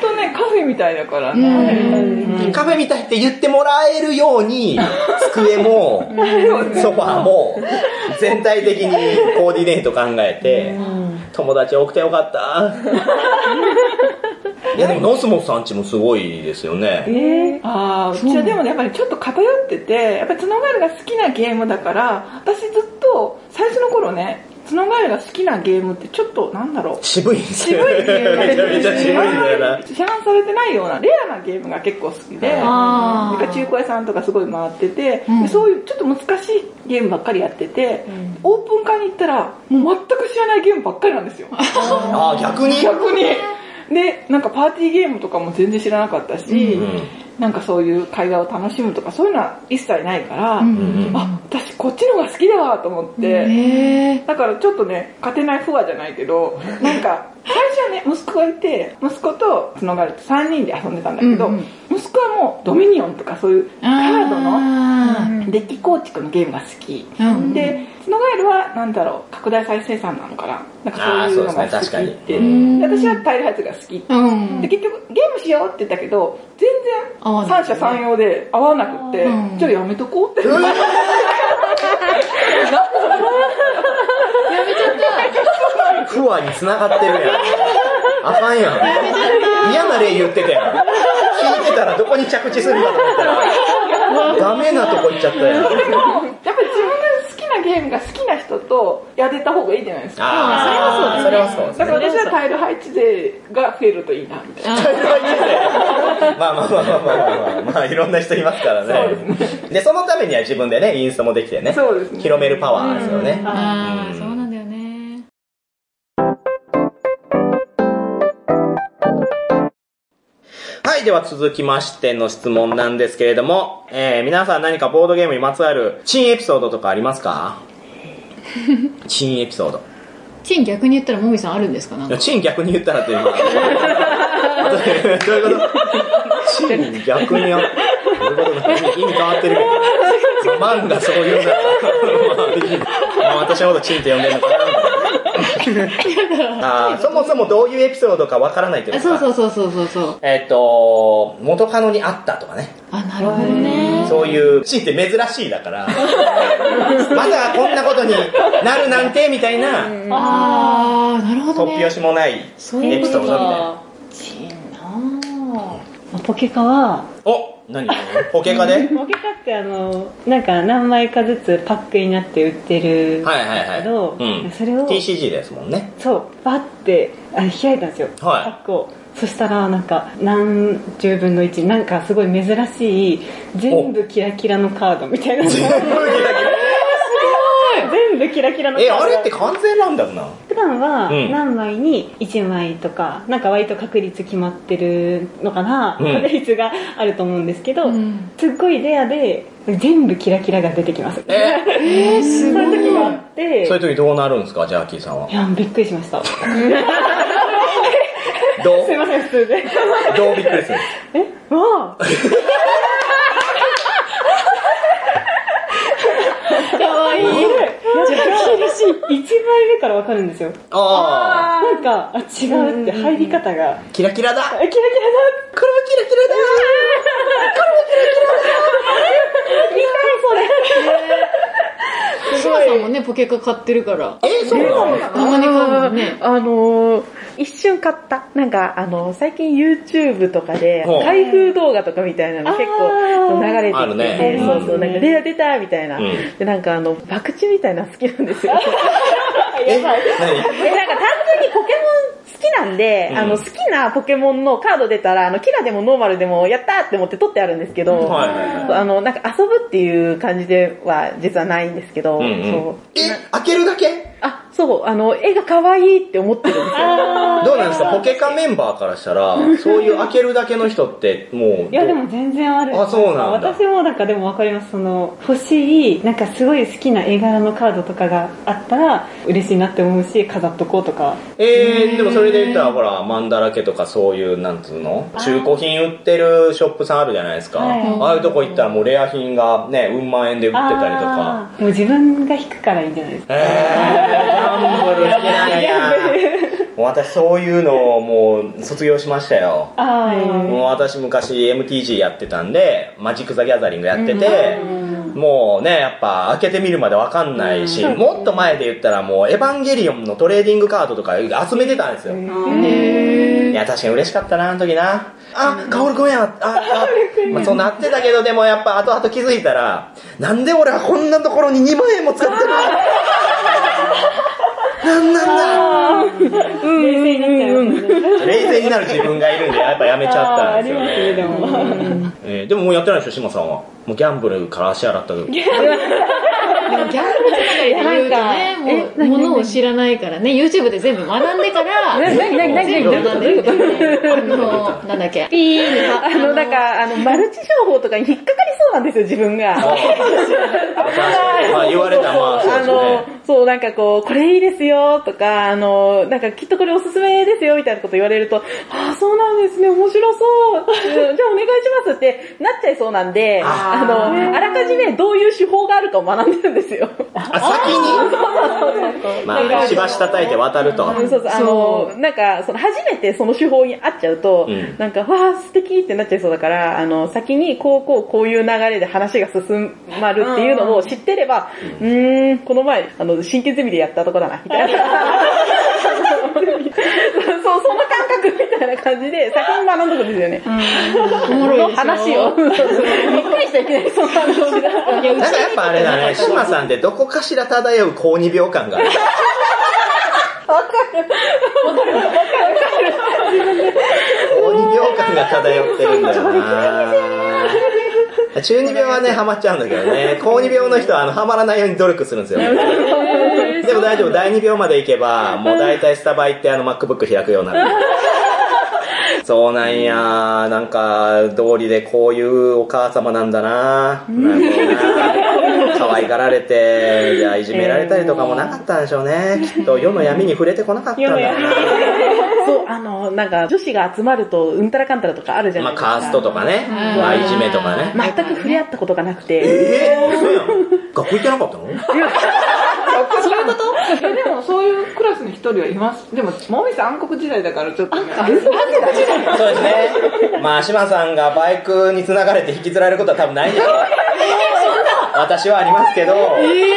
[SPEAKER 3] 当ね、カフェみたいだから
[SPEAKER 11] う
[SPEAKER 3] ね。
[SPEAKER 11] ん
[SPEAKER 1] カフェみたいって言ってもらえるように、机も、ソファーも、全体的にコーディネート考えて、友達多くてよか った。いやでも、ノスモスさんちもすごいですよね。
[SPEAKER 3] えああ、うちはでもね、やっぱりちょっと偏ってて、やっぱりツノガエルが好きなゲームだから、私ずっと最初の頃ね、ツノガエルが好きなゲームってちょっとなんだろう。
[SPEAKER 1] 渋いんです
[SPEAKER 3] 渋
[SPEAKER 1] よ
[SPEAKER 3] い
[SPEAKER 1] ね。
[SPEAKER 3] ゲームが
[SPEAKER 1] めちゃめちゃ渋いんだよな。
[SPEAKER 3] 批判されてないようなレアなゲームが結構好きで、
[SPEAKER 11] あ
[SPEAKER 3] なん
[SPEAKER 11] ー
[SPEAKER 3] か中古屋さんとかすごい回ってて、
[SPEAKER 11] うん
[SPEAKER 3] でそういうちょっと難しいゲームばっかりやってて、オープン会に行ったら、もう全く知らないゲームばっかりなん ですよ。
[SPEAKER 1] あー、逆に
[SPEAKER 3] 逆に。で、なんかパーティーゲームとかも全然知らなかったし、
[SPEAKER 1] うん
[SPEAKER 3] なんかそういう会話を楽しむとかそういうのは一切ないから、
[SPEAKER 11] うん
[SPEAKER 1] うん
[SPEAKER 3] あ、私こっちの方が好きだわと思って、
[SPEAKER 11] へー
[SPEAKER 3] だからちょっとね、勝てない不和じゃないけど、なんか、最初はね、息子がいて、息子とつながると3人で遊んでたんだけど、
[SPEAKER 11] うんうん
[SPEAKER 3] 息子はもうドミニオンとかそういうカードの
[SPEAKER 11] の
[SPEAKER 3] デッキ構築のゲームが好き。
[SPEAKER 11] うん
[SPEAKER 3] で、スノガエルは、なんだろう、拡大再生産なのかななん
[SPEAKER 1] あ
[SPEAKER 3] か
[SPEAKER 1] ー
[SPEAKER 3] そういうの
[SPEAKER 1] そう
[SPEAKER 3] が
[SPEAKER 1] で
[SPEAKER 3] 好
[SPEAKER 1] す
[SPEAKER 3] き
[SPEAKER 1] ね
[SPEAKER 3] っ
[SPEAKER 1] 確か
[SPEAKER 3] て。
[SPEAKER 11] に
[SPEAKER 3] で私はタイルハイツが好き。
[SPEAKER 11] うん
[SPEAKER 3] で、結局、ゲームしようって言ったけど、全然、
[SPEAKER 11] 合わな
[SPEAKER 3] 三
[SPEAKER 11] い
[SPEAKER 3] 者三様で合わなくって
[SPEAKER 11] う、ん
[SPEAKER 3] じゃあやめとこうって。
[SPEAKER 1] 不和に繋がってるやん。あかんやん。嫌な例言ってたやん。聞いてたらどこに着地するかと思ったら、ダメなとこ行っちゃったやん。
[SPEAKER 3] でも、やっぱり自分が好きなゲームが好きな人とやれた方がいいじゃないですか。
[SPEAKER 1] ああ、それはそうです
[SPEAKER 3] だ
[SPEAKER 1] ね。
[SPEAKER 3] から私はタイル配置税が増えるといいな、みたいな。
[SPEAKER 1] まあまあまあまあまあまあ、まあ、いろんな人いますからね。で、そのためには自分でね、インスタもできてね、
[SPEAKER 3] そうですね
[SPEAKER 1] 広めるパワーですよね。
[SPEAKER 11] あ
[SPEAKER 1] う
[SPEAKER 11] あ
[SPEAKER 1] ん
[SPEAKER 11] そうなんだよね
[SPEAKER 1] はい、では続きましての質問なんですけれども、えー、皆さん何かボードゲームにまつわるチンエピソードとかありますかチンエピソード。
[SPEAKER 11] チン逆に言ったらもみさんあるんですかなん
[SPEAKER 1] いや
[SPEAKER 11] か
[SPEAKER 1] チン逆に言ったらっていうのはどういうことチン逆にやどういうことだ意味意味変わってるけど。マンがそう言うなら、まあ、私のことチンって呼んでるのかなみたいなあーそもそもどういうエピソードかわからないってこと
[SPEAKER 11] あ
[SPEAKER 1] ですか
[SPEAKER 11] そうそうそうそうそうそう
[SPEAKER 1] えっ、と、元カノに会ったとかね。
[SPEAKER 11] あなるほどね
[SPEAKER 1] そういうシーンって珍しい だから、まだこんなことになるなんて、みたいな、
[SPEAKER 11] ああなるほど
[SPEAKER 1] 突
[SPEAKER 11] ね
[SPEAKER 1] 拍子もないエピソ
[SPEAKER 11] そう
[SPEAKER 1] ード
[SPEAKER 11] いう
[SPEAKER 1] み
[SPEAKER 11] こ
[SPEAKER 1] たい
[SPEAKER 11] と
[SPEAKER 1] な。
[SPEAKER 11] かチンなー
[SPEAKER 6] ポケカは、
[SPEAKER 1] お何ポケカではい
[SPEAKER 6] ポケカってあの、なんか何枚かずつパックになって売ってる。
[SPEAKER 1] はいはい。
[SPEAKER 6] けど
[SPEAKER 1] うん、
[SPEAKER 6] それを
[SPEAKER 1] TCG ですもんね。
[SPEAKER 6] そう、バッてあの開いたんですよ、
[SPEAKER 1] はい
[SPEAKER 6] パックを。そしたら、なんか、何十分の1、なんかすごい珍しい、全部キラキラのカードみたいな。
[SPEAKER 1] 全部ギラギ
[SPEAKER 6] 全部キラキラの
[SPEAKER 1] ラ
[SPEAKER 6] カー
[SPEAKER 1] え、
[SPEAKER 6] ド。
[SPEAKER 1] あれって完全ランダムなの
[SPEAKER 6] 普段は
[SPEAKER 1] うん
[SPEAKER 6] 何枚に1枚とか、なんか割と確率決まってるのかな、
[SPEAKER 1] うん
[SPEAKER 6] 確率があると思うんですけど、
[SPEAKER 11] うん
[SPEAKER 6] すっごいレアで、全部キラキラが出てきます。
[SPEAKER 1] え
[SPEAKER 11] えー
[SPEAKER 6] そ
[SPEAKER 11] す
[SPEAKER 6] う
[SPEAKER 11] ご
[SPEAKER 6] いう時もあ
[SPEAKER 11] い
[SPEAKER 6] って、。
[SPEAKER 1] そういう時どうなるんですかジャーキーさんはい
[SPEAKER 6] や、びっくりしました。す
[SPEAKER 1] どう
[SPEAKER 6] いません、普通で。
[SPEAKER 1] どうびっくりす る
[SPEAKER 6] えわあ
[SPEAKER 11] かわいい
[SPEAKER 6] 私、1枚目からわかるんですよ。
[SPEAKER 1] あ
[SPEAKER 6] なんか、あ、違うって入り方が、
[SPEAKER 1] ーキラキラだ
[SPEAKER 6] あキラキラだこれもキラキラだ
[SPEAKER 11] 志麻さんもねポケカ買ってるから
[SPEAKER 1] え、そうなの
[SPEAKER 11] たまに買うもんね
[SPEAKER 3] あのー、
[SPEAKER 5] 一瞬買った。なんか、あの、最近 YouTube とかで
[SPEAKER 1] ほう、
[SPEAKER 5] 開封動画とかみたいなの結構流れて
[SPEAKER 1] ある
[SPEAKER 5] きて、
[SPEAKER 1] ね
[SPEAKER 5] そうそう、なんか出た出たみたいな。
[SPEAKER 1] うん
[SPEAKER 5] で、なんかあの、博打みたいなの好きなんですよ。
[SPEAKER 1] え、何
[SPEAKER 5] え、なんか単純にポケモン好きなんで、
[SPEAKER 1] うん
[SPEAKER 5] あの、好きなポケモンのカード出たら、あの、キラでもノーマルでも、やったーって思って取ってあるんですけど、
[SPEAKER 1] はいはいはい
[SPEAKER 5] そうあの、なんか遊ぶっていう感じでは実はないんですけど、
[SPEAKER 1] うんうん
[SPEAKER 5] そう。
[SPEAKER 1] え、開けるだけ
[SPEAKER 5] あ、そう、あの、絵が可愛いって思ってるんですよ。
[SPEAKER 1] どうなんですかポケカメンバーからし たら、そういう開けるだけの人って、も
[SPEAKER 6] い
[SPEAKER 1] う。
[SPEAKER 6] やでも全然ある
[SPEAKER 1] あそうなんだ
[SPEAKER 6] 私もなんかでも分かりますその欲しいなんかすごい好きな絵柄のカードとかがあったら嬉しいなって思うし飾っとこうとか
[SPEAKER 1] えー、でもそれで言ったら、ほら、マンダラケとかそういう、なんつうの中古品売ってるショップさんあるじゃないですか。
[SPEAKER 6] はい
[SPEAKER 1] ああいうとこ行ったらもうレア品がね、うん万円で売ってたりとか。
[SPEAKER 6] あーでも自分が引くからいいんじゃないですか
[SPEAKER 1] えー、ギャンブル好きなんや。もう私そういうのをもう卒業しましたよ。
[SPEAKER 6] あー
[SPEAKER 1] もう私昔 MTG やってたんで、マジック・ザ・ギャザリングやってて、もうね、やっぱ開けてみるまでわかんないし、もっと前で言ったらもうエヴァンゲリオンのトレーディングカードとか集めてたんですよ。いや、確かに嬉しかったな、あの時な。あ、カオルくんや。あ、あ、まあ、そうなってたけど、でもやっぱ後々気づいたら、なんで俺はこんなところに2万円も使って るなんなんだ
[SPEAKER 6] 冷静になっちゃいますね
[SPEAKER 1] 冷静になる自分がいるんで、やっぱやめちゃったんですよ
[SPEAKER 6] あーありますねでも
[SPEAKER 1] ね。えーでももうやってないでしょ、シモさんは。もうギャンブルから足洗ったけど。
[SPEAKER 11] もギャンブルとかで言うとね、もう、ものを知らないからね、YouTube で全部学んで から、
[SPEAKER 7] 何何何
[SPEAKER 11] 全部学んでるからねあの、なんだっけ、
[SPEAKER 7] ピーに
[SPEAKER 5] あの、なんか、あの、マルチ情報とかに引っかかりそうなんですよ、自分が。
[SPEAKER 1] まあ言われたらまあそう
[SPEAKER 5] あ
[SPEAKER 1] ですね
[SPEAKER 5] の。、そう、なんかこう、これいいですよとか、あの、なんかきっとこれおすすめですよみたいなこと言われると、ああ、そうなんですね、面白そう、うんじゃあお願いしますってなっちゃいそうなんで、あの、あらかじめどういう手法があるかを学んでるんですよ。
[SPEAKER 1] あ、先にまあ、しばし叩いて渡ると。
[SPEAKER 5] そうそう、あの、なんか、その、初めてその手法に合っちゃうと、
[SPEAKER 1] うん
[SPEAKER 5] なんか、わあ素敵ってなっちゃいそうだから、あの、先にこう、こう、こういう流れで話が進まるっていうのを知ってれば、うーん、この前、あの、神経ゼミでやったとこだな、みたいな。そう、その感覚みたいな感じで、先に学んどくんですよね。
[SPEAKER 11] おもろいですよ。
[SPEAKER 5] 話を。びっくりした、いきなりその話を。
[SPEAKER 11] いやうち
[SPEAKER 1] なんかやっぱあれだね、島さんってどこかしら漂う高2秒感がある。高2秒感が漂ってるんだよ な。中二病はね、ハマっちゃうんだけどね。高二病の人は、あの、ハマらないように努力するんですよ。でも大丈夫、第二病まで行けば、もう大体スタバ行って、あの、MacBook 開くようになる。そうなんや、なんか、道理でこういうお母様なんだな。なんかな可愛がられて、いや、いじめられたりとかもなかったんでしょうね。きっと世の闇に触れてこなかったんだろうな。
[SPEAKER 5] そう、あの、なんか、女子が集まると、うんたらかんたらとかあるじゃな
[SPEAKER 1] まあ、
[SPEAKER 5] いですか。
[SPEAKER 1] カーストとかね、まあ、いじめとかね。
[SPEAKER 5] 全く触れ合ったことがなくて。
[SPEAKER 1] えぇ、嘘やん。学校行けなかったの
[SPEAKER 3] そういうことでもそういうクラスの一人はいます。でも、もみさん暗黒時代だからちょっと、ね。暗黒時代
[SPEAKER 1] そうですね。まあ、島さんがバイクに繋がれて引きずられることは多分ないんじゃない私はありますけど、
[SPEAKER 11] えー、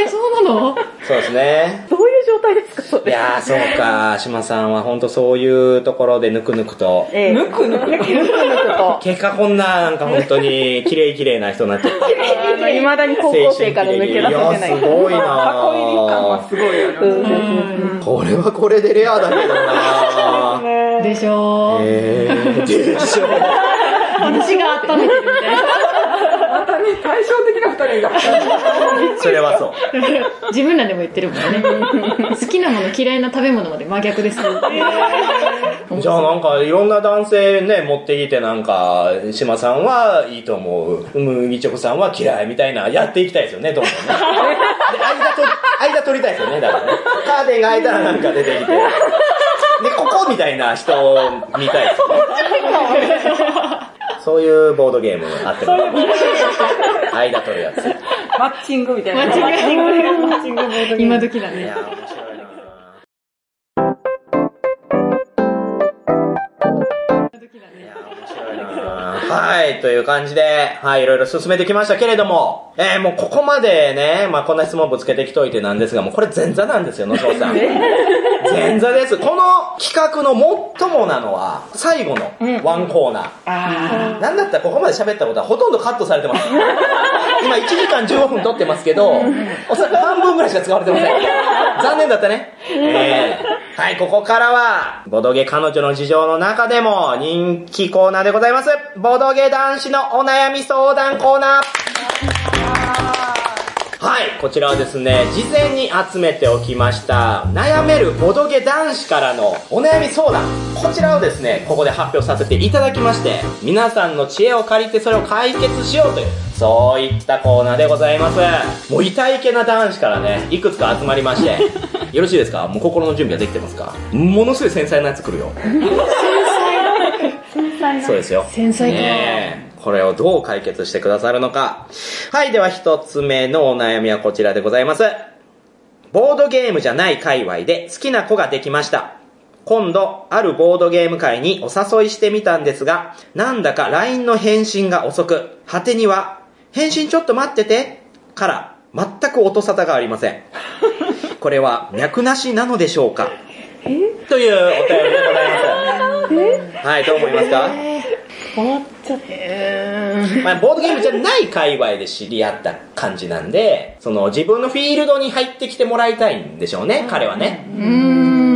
[SPEAKER 11] そうなの
[SPEAKER 1] そうですね。
[SPEAKER 5] どういう状態ですか、そ
[SPEAKER 1] い
[SPEAKER 5] れ。
[SPEAKER 1] やー、そうか、島さんは本当そういうところでぬくぬくと。
[SPEAKER 5] ええ
[SPEAKER 3] ぬくぬく。
[SPEAKER 5] ぬくぬくと。
[SPEAKER 1] 結果こんな、なんか本当に、綺麗綺麗な人になっちゃった。
[SPEAKER 5] あの、未だに高校生から抜け出させてない
[SPEAKER 1] や、。すごい
[SPEAKER 3] 箱入り
[SPEAKER 1] な
[SPEAKER 3] 感はすごいよね。
[SPEAKER 5] うん
[SPEAKER 1] ーこれはこれでレアだけどなー
[SPEAKER 11] でしょー。
[SPEAKER 1] えー、でしょ。
[SPEAKER 11] 話が温めてるみたいな。
[SPEAKER 3] またね、対照的な二人が。
[SPEAKER 1] それはそう。
[SPEAKER 11] 自分らでも言ってるもんね。好きなもの嫌いな食べ物まで真逆です。
[SPEAKER 1] じゃあなんかいろんな男性ね、持ってきてなんか、島さんはいいと思う、麦チョコさんは嫌いみたいな、やっていきたいですよね、どんどん ね。で間取り、間取りたいですよね、だからね。カーテンが開いたらなんか出てきて。で、ここみたいな人を見たいです よね。そういうボードゲームあってもいいかもしれない間取るやつ。い
[SPEAKER 3] マッチングみたいな。
[SPEAKER 11] 今時だね。
[SPEAKER 1] やー、面白いなーいやー面白いなーはい、という感じで、はい、いろいろ進めてきましたけれども、えー、もうここまでね、まあこんな質問ぶつけてきといてなんですが、もうこれ前座なんですよ、のしょうさん。前座です。この企画の最もなのは、最後のワンコーナー。 なんだったらここまで喋ったことはほとんどカットされてます。 今1時間15分撮ってますけど、おそらく半分ぐらいしか使われてませ ん。残念だったね。えーはい、ここからは、ボドゲ彼女の事情の中でも人気コーナーでございます。ボドゲ男子のお悩み相談コーナー。はい、こちらはですね、事前に集めておきました、悩めるボドゲ男子からのお悩み相談。こちらをですね、ここで発表させていただきまして、皆さんの知恵を借りてそれを解決しようという、そういったコーナーでございます。もう痛いけな男子からね、いくつか集まりまして、 よろしいですかもう心の準備はできてますかものすごい繊細なやつ来るよ。そうですよ。
[SPEAKER 11] 繊細か
[SPEAKER 1] ねえこれをどう解決してくださるのか。はい、では一つ目のお悩みはこちらでございます。ボードゲームじゃない界隈で好きな子ができました。今度、あるボードゲーム会にお誘いしてみたんですが、なんだか LINE の返信が遅く、果てには、返信ちょっと待ってて、から、全く音沙汰がありません。これは、脈なしなのでしょうかというお便りでございます。はい、どう思いますかまあ、ボードゲームじゃない界隈で知り合った感じなんで、その自分のフィールドに入ってきてもらいたいんでしょうね、彼はね。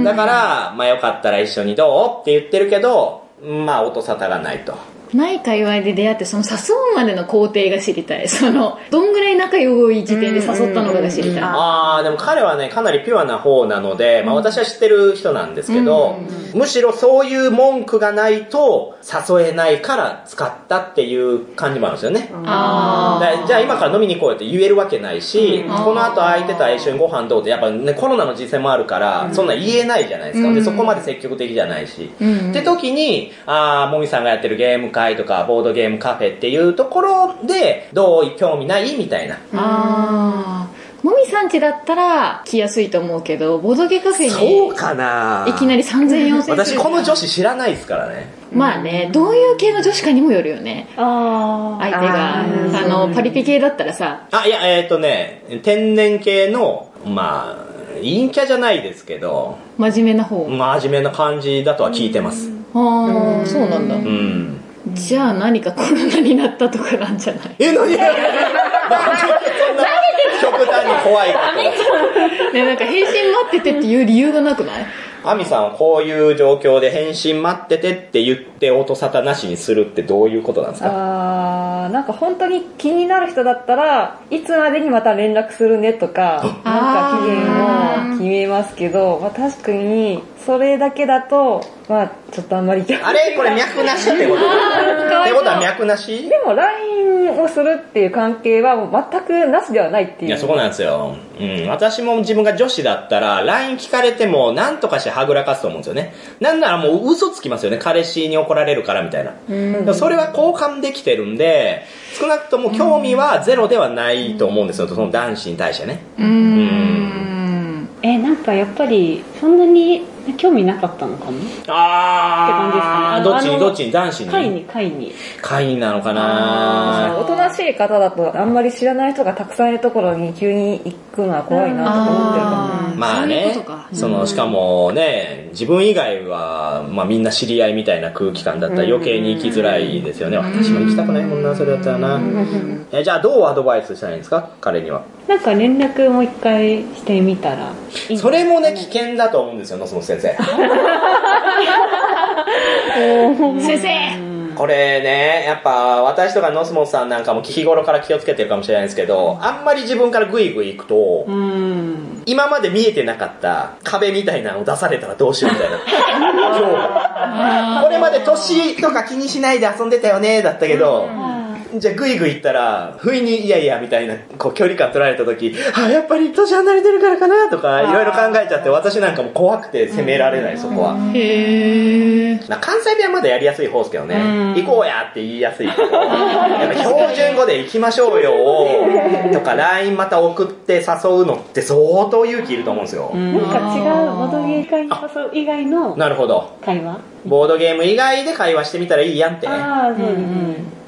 [SPEAKER 1] だから、まあよかったら一緒にどうって言ってるけど、まあ音沙汰がないと。
[SPEAKER 11] ない界隈で出会ってその誘うまでの工程が知りたいそのどんぐらい仲良い時点で誘ったのかが知りたい
[SPEAKER 1] ああ、でも彼はね、かなりピュアな方なので、まあ私は知ってる人なんですけど、むしろそういう文句がないと誘えないから使ったっていう感じもあるんですよね。
[SPEAKER 11] あ
[SPEAKER 1] だからじゃあ今から飲みに行こうよって言えるわけないし、この後空いてたら一緒にご飯どうって、やっぱね、コロナの実際もあるから、そんなん言えないじゃないですか。で、そこまで積極的じゃないし。って時に、あーもみさんがやってるゲーム会とか、ボードゲームカフェっていうところで、どう興味ないみたいな。
[SPEAKER 11] あーもみさんちだったら来やすいと思うけどボドゲカフェ
[SPEAKER 1] そ
[SPEAKER 11] に
[SPEAKER 1] うかない
[SPEAKER 11] きなり3000 4000す
[SPEAKER 1] 私
[SPEAKER 11] る
[SPEAKER 1] この女子知らないですからね。
[SPEAKER 11] まあねどういう系の女子かにもよるよね相手があのパリピ系だったらさ
[SPEAKER 1] あ、いや、えっ、とね、天然系の、まあ、陰キャじゃないですけど、
[SPEAKER 11] 真面目な方
[SPEAKER 1] 真面目な感じだとは聞いてます。
[SPEAKER 11] ああそうなんだ
[SPEAKER 1] うん。
[SPEAKER 11] じゃあ何かコロナになったとかなんじ ゃない
[SPEAKER 1] え、何なんでそんな極端に怖いこ
[SPEAKER 11] ねなんか返信待っててっていう理由がなくない
[SPEAKER 1] と。アミさんはこういう状況で返信待っててって言って音沙汰なしにするってどういうことなんですか
[SPEAKER 7] あーなんか本当に気になる人だったらいつまでにまた連絡するねとかなんか期限を決めますけど、まあ、確かにそれだけだとまあちょっとあんまりいけない
[SPEAKER 1] あれこれ脈なしってことってことは脈なし
[SPEAKER 7] でも LINE をするっていう関係はもう全くなしではないっていう
[SPEAKER 1] いや、そこなんですよ。うん。私も自分が女子だったら、LINE 聞かれても、なんとかしてはぐらかすと思うんですよね。なんならもう嘘つきますよね。彼氏に怒られるからみたいな。でもそれは交換できてるんで、少なくとも興味はゼロではないと思うんですよ。その男子に対してね。うん。
[SPEAKER 6] えなんかやっぱりそんなに興味なかったのかも
[SPEAKER 1] あー、
[SPEAKER 6] って感じですかねあの
[SPEAKER 1] どっちにどっちに男子に
[SPEAKER 6] 会に会に
[SPEAKER 1] 会になのかな
[SPEAKER 7] おとなしい方だとあんまり知らない人がたくさんいるところに急に行くのは怖いなとか思ってるかも
[SPEAKER 1] まあね、その、しかもね、自分以外は、まあみんな知り合いみたいな空気感だったら余計に行きづらいですよね。私も行きたくないもんな、それだったらな。えじゃあどうアドバイスしたらいいんですか彼には。
[SPEAKER 6] なんか連絡もう一回してみたらいい
[SPEAKER 1] それもね、危険だと思うんですよ、野園先生。
[SPEAKER 11] 先生
[SPEAKER 1] これね、やっぱ私とかノスモンさんなんかも日頃から気をつけてるかもしれないですけど、あんまり自分からグイグイ行くと、今まで見えてなかった壁みたいなのを出されたらどうしようみたい な。今日これまで年とか気にしないで遊んでたよね、だったけど、じゃあグイグイ行ったら、不意にいやいやみたいな、こう距離感取られた時、あ、やっぱり年離れてるからかなとか、いろいろ考えちゃって、私なんかも怖くて責められない、そこは。
[SPEAKER 11] へえ。
[SPEAKER 1] まあ関西弁はまだやりやすい方ですけどね、行こうやって言いやす いけど、やっぱ標準語で行きましょうよとか LINE また送って誘うのって相当勇気いると思うんですよ。
[SPEAKER 6] なんか違うボードゲー会に誘う以外の
[SPEAKER 1] なるほど。
[SPEAKER 6] 会話
[SPEAKER 1] ボードゲーム以外で会話してみたらいいやんって。終
[SPEAKER 6] ああそうですね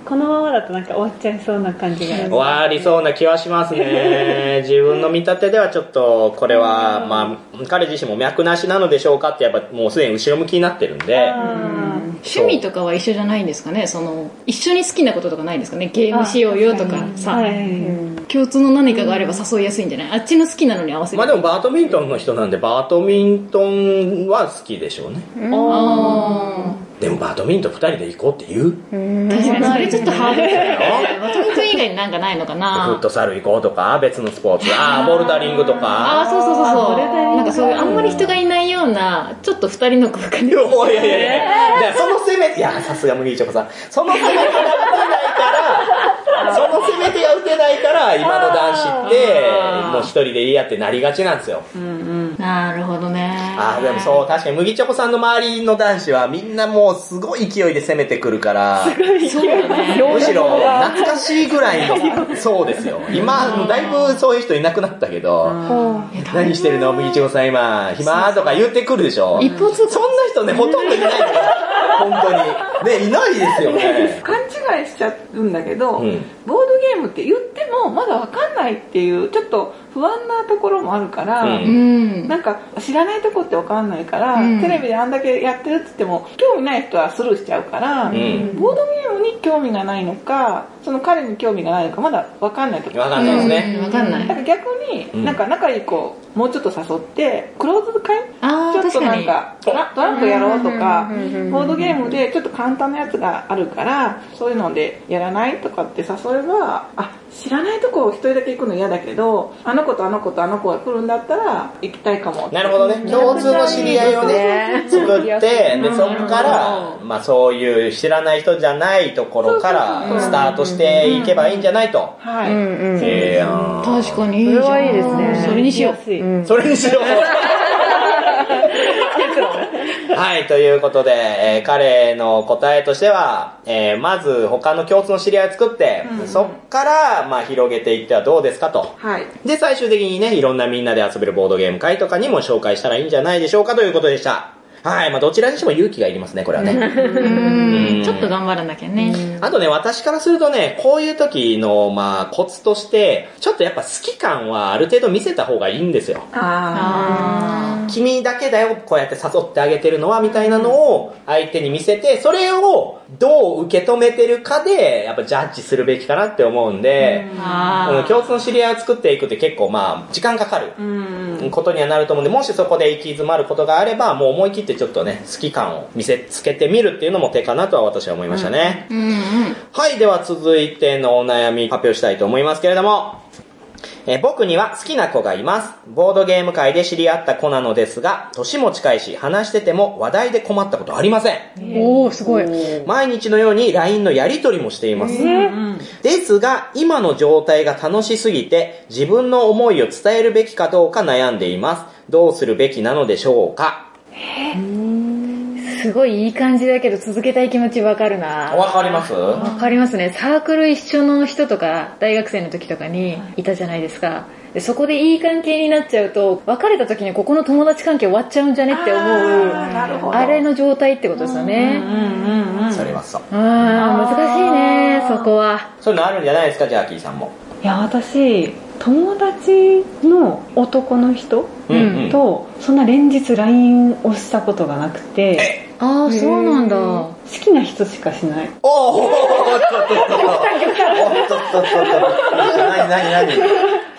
[SPEAKER 6] このままだとなんか終わっちゃいそうな感じが
[SPEAKER 1] わりそうな気はします ね。自分の見立てではちょっと、これは、まあ、彼自身も脈なしなのでしょうかって、やっぱもうすでに後ろ向きになってるんで、
[SPEAKER 11] 趣味とかは一緒じゃないんですかねその一緒に好きなこととかないんですかねゲームしようよとかさ、共通の何かがあれば誘いやすいんじゃないあっちの好きなのに合わせて
[SPEAKER 1] まあでもバドミントンの人なんで、バドミントンは好きでしょうね。
[SPEAKER 11] あ
[SPEAKER 1] でもバドミントン2人で行こうって 言う
[SPEAKER 11] ー確かにそれちょっとハードだよ
[SPEAKER 1] だよ
[SPEAKER 11] バトミントン以外になんかないのか
[SPEAKER 1] フッ
[SPEAKER 11] な
[SPEAKER 1] トサル行こうとか、別のスポーツ、ああ、ボルダリングと
[SPEAKER 11] あ
[SPEAKER 1] か。
[SPEAKER 11] あそうそうそうそうなんかそういうあんまり人がいないようなちょっと二人の空間
[SPEAKER 1] い
[SPEAKER 11] で
[SPEAKER 1] やいやいやいや、だからその攻め、いや、さすが麦チョコさん。その攻め手が打てないから、その攻め手が打てないから、今の男子って、もう一人でいいやってなりがちなんですよ。
[SPEAKER 11] なるほどね
[SPEAKER 1] ああ、でもそう、確かに麦チョコさんの周りの男子はみんなもうすごい勢いで攻めてくるから、むし ろ懐かしいぐらいの、そうですよ。今、だいぶそういう人いなくなったけど、何してるの麦千穂さん今、暇とか言ってくるでしょ。
[SPEAKER 11] 一方通行
[SPEAKER 1] そんな人ね、ほとんどいないから、本当に。ね、いないですよ ね。
[SPEAKER 3] 勘違いしちゃうんだけど、
[SPEAKER 1] うん
[SPEAKER 3] ボードゲームって言ってもまだ分かんないっていうちょっと不安なところもあるから、
[SPEAKER 1] うん
[SPEAKER 11] うん
[SPEAKER 3] なんか知らないとこって分かんないから、
[SPEAKER 11] うん
[SPEAKER 3] テレビであんだけやってるって言っても興味ない人はスルーしちゃうから、
[SPEAKER 1] ん
[SPEAKER 3] ボードゲームに興味がないのかその彼に興味がないのかまだ分かんないとこ
[SPEAKER 1] わかんないですね。
[SPEAKER 11] うんわかんな
[SPEAKER 3] だか
[SPEAKER 11] い
[SPEAKER 3] ら逆に、
[SPEAKER 1] うん
[SPEAKER 3] なんか仲いい子もうちょっと誘ってクローズ会
[SPEAKER 11] あ
[SPEAKER 3] ち
[SPEAKER 11] あ
[SPEAKER 3] ょっ
[SPEAKER 11] 確
[SPEAKER 3] と
[SPEAKER 11] か
[SPEAKER 3] なん
[SPEAKER 11] に
[SPEAKER 3] かトラトランプやろうとかボードゲームでちょっと簡単なやつがあるからそういうのでやらないとかって誘えばあ知らないとこ一人だけ行くの嫌だけどあの子とあの子とあの子が来るんだったら行きたいかも
[SPEAKER 1] なるほどね。共通の知り合いをね、作って、で、そこから、まあそういう知らない人じゃないところから、スタートしていけばいいんじゃないと。
[SPEAKER 3] はい、
[SPEAKER 1] ええやん
[SPEAKER 11] 確かにいいじゃん
[SPEAKER 7] それはいいですね
[SPEAKER 11] それにしよう
[SPEAKER 6] 安い
[SPEAKER 1] それにしよう。はい、ということで、えー彼の答えとしては、えーまず他の共通の知り合いを作って、そっから、まあ、広げていってはどうですかと。
[SPEAKER 3] はい
[SPEAKER 1] で、最終的にね、いろんなみんなで遊べるボードゲーム会とかにも紹介したらいいんじゃないでしょうかということでした。はい、まあ、どちらにしても勇気がいりますね、これはね。
[SPEAKER 11] う
[SPEAKER 1] うん
[SPEAKER 11] んちょっと頑張らなきゃね
[SPEAKER 1] あとね、私からするとね、こういう時の、まあ、コツとして、ちょっとやっぱ好き感はある程度見せた方がいいんですよ。
[SPEAKER 3] あ
[SPEAKER 11] あ
[SPEAKER 1] 君だけだよ、こうやって誘ってあげてるのは、みたいなのを相手に見せて、それをどう受け止めてるかで、やっぱジャッジするべきかなって思うんで、
[SPEAKER 11] ー
[SPEAKER 1] う
[SPEAKER 11] あ
[SPEAKER 1] ん
[SPEAKER 11] ー
[SPEAKER 1] 共通の知り合いを作っていくって結構まあ、時間かかる
[SPEAKER 3] ーうん
[SPEAKER 1] ことにはなると思うんで、もしそこで行き詰まることがあれば、もう思い切ってちょっとね、好き感を見せつけてみるっていうのも手かなとは私は思いましたね。
[SPEAKER 11] うんうん
[SPEAKER 1] はい、では続いてのお悩み発表したいと思いますけれども、えー僕には好きな子がいます。ボードゲーム界で知り合った子なのですが、年も近いし、話してても話題で困ったことありません。
[SPEAKER 11] おおすごい
[SPEAKER 1] 毎日のように LINE のやり取りもしています。ですが、今の状態が楽しすぎて、自分の思いを伝えるべきかどうか悩んでいます。どうするべきなのでしょうか
[SPEAKER 4] すごいいい感じだけど続けたい気持ちわかるな
[SPEAKER 1] わかりますは
[SPEAKER 4] わかりますね。サークル一緒の人とか、大学生の時とかにいたじゃないですか。でそこでいい関係になっちゃうと、別れた時にここの友達関係終わっちゃうんじゃねって思う、
[SPEAKER 3] あーなるほど
[SPEAKER 4] あれの状態ってことですよね。
[SPEAKER 1] い、それはそう。
[SPEAKER 4] うーん、難しいね、そこは。
[SPEAKER 1] そういうのあるんじゃないですか、ジャーキーさんも。
[SPEAKER 6] いや私友達の男の人
[SPEAKER 1] うんうん
[SPEAKER 6] とそんな連日 LINE をしたことがなくて
[SPEAKER 4] ああ、そうなんだ。
[SPEAKER 6] 好きな人しかしない
[SPEAKER 1] おーおっとっとっとおっとっとっと何何何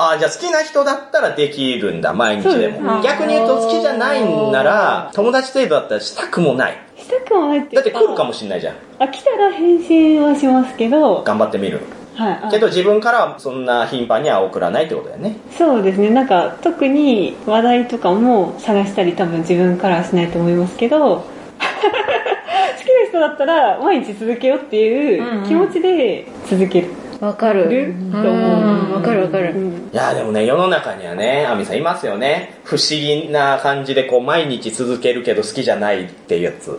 [SPEAKER 1] あじゃあ好きな人だったらできるんだ毎日でも逆に言うと好きじゃないんなら友達程度だったらしたくもない
[SPEAKER 6] したくもないってい
[SPEAKER 1] だっ
[SPEAKER 6] うか
[SPEAKER 1] て来るかもしんないじゃん
[SPEAKER 6] あ来たら返信はしますけど、
[SPEAKER 1] 頑張ってみる
[SPEAKER 6] はいあ
[SPEAKER 1] けど自分からはそんな頻繁には送らないってことだよね
[SPEAKER 6] そうですねなんか特に話題とかも探したり多分自分からはしないと思いますけど好きなる人だったら毎日続けようっていう気持ちで続ける
[SPEAKER 4] わかる。
[SPEAKER 6] と思う
[SPEAKER 4] うんわかるわかる。
[SPEAKER 1] いやでもね、世の中にはね、アミさんいますよね。不思議な感じで、こう、毎日続けるけど好きじゃないっていうやつ。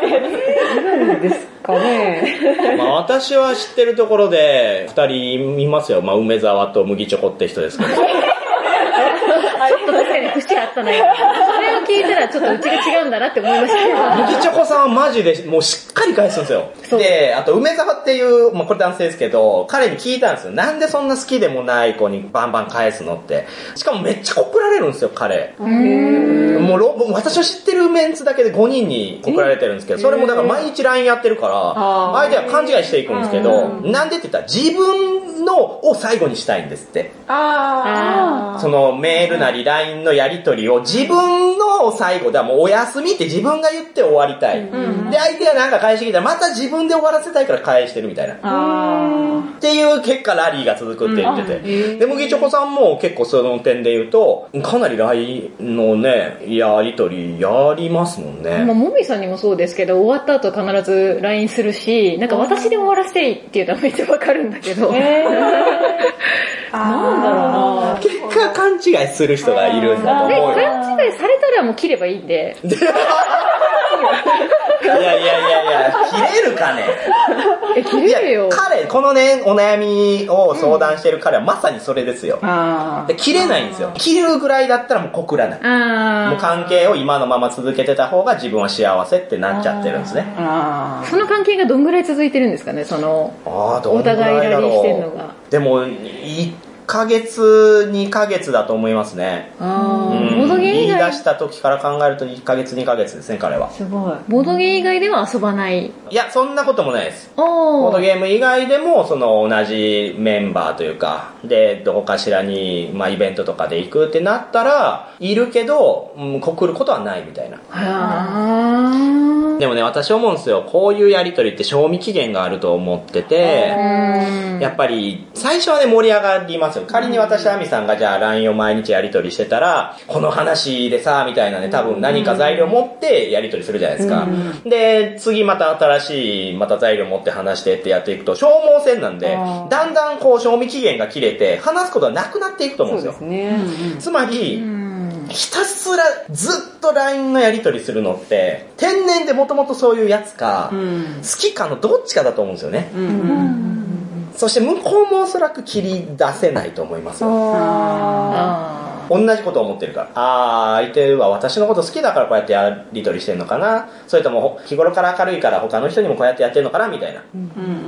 [SPEAKER 6] なんですか ね
[SPEAKER 1] まあ私は知ってるところで、二人いますよ。まあ梅沢と麦チョコって人ですけど。
[SPEAKER 4] ちょっと確かに節があったな、今それを聞いたらちょっとうちが違うんだなって思いましたけど。
[SPEAKER 1] 麦チョコさんはマジでもうしっかり返すんですよ。で、あと梅沢っていう、まあこれ男性ですけど、彼に聞いたんですよ。なんでそんな好きでもない子にバンバン返すのって。しかもめっちゃ告られるんですよ、彼。もうろもう私の知ってるメンツだけで5人に告られてるんですけど、それもだから毎日 LINE やってるから、相手は勘違いしていくんですけど、なんでって言ったら自分のを最後にしたいんですって。
[SPEAKER 3] あ
[SPEAKER 1] そのメールなり LINE のやり取りを自分の最後だ、もうお休みって自分が言って終わりたい。で、相手がなんか返してきたらまた自分で終わらせたいから返してるみたいな。
[SPEAKER 3] ああ
[SPEAKER 1] っていう結果ラリーが続くって言ってて。で、麦チョコさんも結構その点で言うと、かなり LINE のね、やり取りやりますもんね。
[SPEAKER 4] まあ、もみさんにもそうですけど、終わった後必ず LINE するし、なんか私で終わらせてっていうのはめっちゃわかるんだけど、
[SPEAKER 3] なんだろうな
[SPEAKER 1] 結果勘違いする人がいるんだと
[SPEAKER 4] で、
[SPEAKER 1] 思うよ。
[SPEAKER 4] 勘違いされたらもう切ればいいんで、
[SPEAKER 1] いやいやいやいや、切れるかね
[SPEAKER 4] え、切れるよ
[SPEAKER 1] いや。彼、このね、お悩みを相談してる彼はまさにそれですよ。
[SPEAKER 3] あ
[SPEAKER 1] で切れないんですよ。切るぐらいだったらもう告らない。も
[SPEAKER 4] あ
[SPEAKER 1] う関係を今のまま続けてた方が自分は幸せってなっちゃってるんですね。
[SPEAKER 3] あ
[SPEAKER 4] ーその関係がどんぐらい続いてるんですかね、その、
[SPEAKER 1] ああ、どん
[SPEAKER 4] お
[SPEAKER 1] ぐら
[SPEAKER 4] 互い
[SPEAKER 1] い
[SPEAKER 4] ラ
[SPEAKER 1] だ
[SPEAKER 4] リーしてるの
[SPEAKER 1] ろ
[SPEAKER 4] が。
[SPEAKER 1] う。でも、1ヶ月、2ヶ月だと思いますね。
[SPEAKER 4] あ
[SPEAKER 1] うん
[SPEAKER 4] ーボードゲーム以
[SPEAKER 1] 言い出
[SPEAKER 4] 外、
[SPEAKER 1] した時から考えると1ヶ月、2ヶ月ですね、彼は。
[SPEAKER 6] すごい
[SPEAKER 4] ボードゲーム以外では遊ばない。
[SPEAKER 1] いや、そんなこともないです。ボ
[SPEAKER 4] お
[SPEAKER 1] ード
[SPEAKER 4] ー。
[SPEAKER 1] ゲーム以外でも、その同じメンバーというか、で、どこかしらに、まあイベントとかで行くってなったら、いるけど、うん、告ることはないみたいな。
[SPEAKER 4] あー
[SPEAKER 1] でもね、私思うんですよ。こういうやりとりって賞味期限があると思ってて、やっぱり、最初はね、盛り上がりますよ。仮に私、アミさんがじゃあ LINE を毎日やりとりしてたら、この話でさ、みたいなね、多分何か材料持ってやりとりするじゃないですか。で、次また新しい、また材料持って話してってやっていくと、消耗戦なんで、だんだんこう、賞味期限が切れて、話すことはなくなっていくと思うんですよ。
[SPEAKER 6] ね
[SPEAKER 1] つまり、ひたすらずっと LINE のやり取りするのって、天然でもともとそういうやつか、好きかのどっちかだと思うんですよね。そして向こうもおそらく切り出せないと思いますよ。
[SPEAKER 4] あ
[SPEAKER 1] 同じことを思ってるから。あー、相手は私のこと好きだからこうやってやり取りしてんのかな。それとも日頃から明るいから他の人にもこうやってやってんのかなみたいな。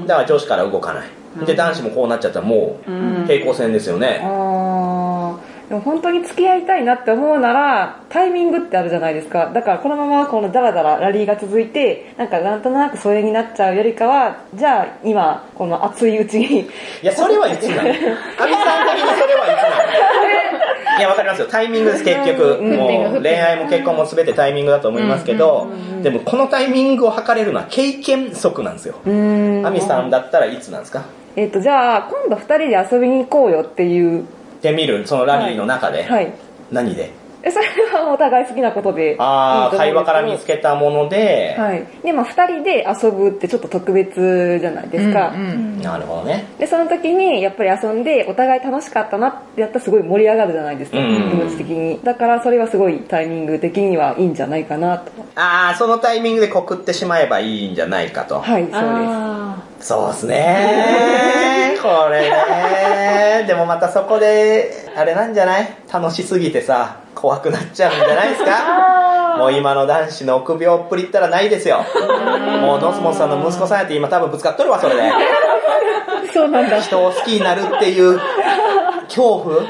[SPEAKER 1] だから上司から動かない。で、男子もこうなっちゃったらもう平行線ですよね。
[SPEAKER 7] あーでも本当に付き合いたいなって思うならタイミングってあるじゃないですかだからこのままこのダラダララリーが続いてなんかなんとなくそれになっちゃうよりかはじゃあ今この熱いうちに
[SPEAKER 1] いや、それはいつなのアミさん的にそれはいつなのいや、わかりますよ。タイミングです、結局。もう、恋愛も結婚も全てタイミングだと思いますけど、でも、このタイミングを測れるのは経験則なんですよ。アミさんだったらいつなんですか
[SPEAKER 7] えっとじゃあ今度2人で遊びに行こうよっていう
[SPEAKER 1] で見る、そのラリーの中で。
[SPEAKER 7] はい
[SPEAKER 1] 何で
[SPEAKER 7] えそれはお互い好きなことで
[SPEAKER 1] ああ、会話から見つ
[SPEAKER 7] け
[SPEAKER 1] けたもので、
[SPEAKER 7] はいでまあ2人で遊ぶってちょっと特別じゃないですか、
[SPEAKER 1] なるほどね。
[SPEAKER 7] でその時にやっぱり遊んでお互い楽しかったなってやったらすごい盛り上がるじゃないですか、
[SPEAKER 1] うん
[SPEAKER 7] 気持ち的にだからそれはすごいタイミング的にはいいんじゃないかなと
[SPEAKER 1] ああ、そのタイミングで告ってしまえばいいんじゃないかと。
[SPEAKER 7] はいそう
[SPEAKER 1] そうです ね。これね。でもまたそこで、あれなんじゃない楽しすぎてさ、怖くなっちゃうんじゃないですかもう今の男子の臆病っぷりったらないですよ。もうドスモンさんの息子さんやって今多分ぶつかっとるわ、それで。
[SPEAKER 4] そうなんだ。
[SPEAKER 1] 人を好きになるっていう恐
[SPEAKER 4] 恐
[SPEAKER 1] 怖
[SPEAKER 4] 怖。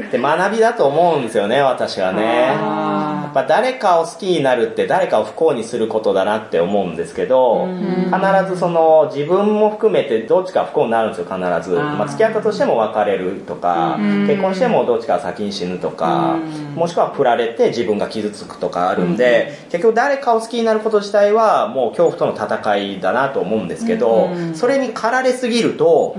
[SPEAKER 1] って学びだと思うんですよね、私はね。やっぱ誰かを好きになるって誰かを不幸にすることだなって思うんですけど、必ずその自分も含めてどっちか不幸になるんですよ、必ず。まあ、付き合ったとしても別れるとか、結婚してもどっちかが先に死ぬとか、もしくは振られて自分が傷つくとかあるんで、結局誰かを好きになること自体はもう恐怖との戦いだなと思うんですけど、それに駆られすぎると、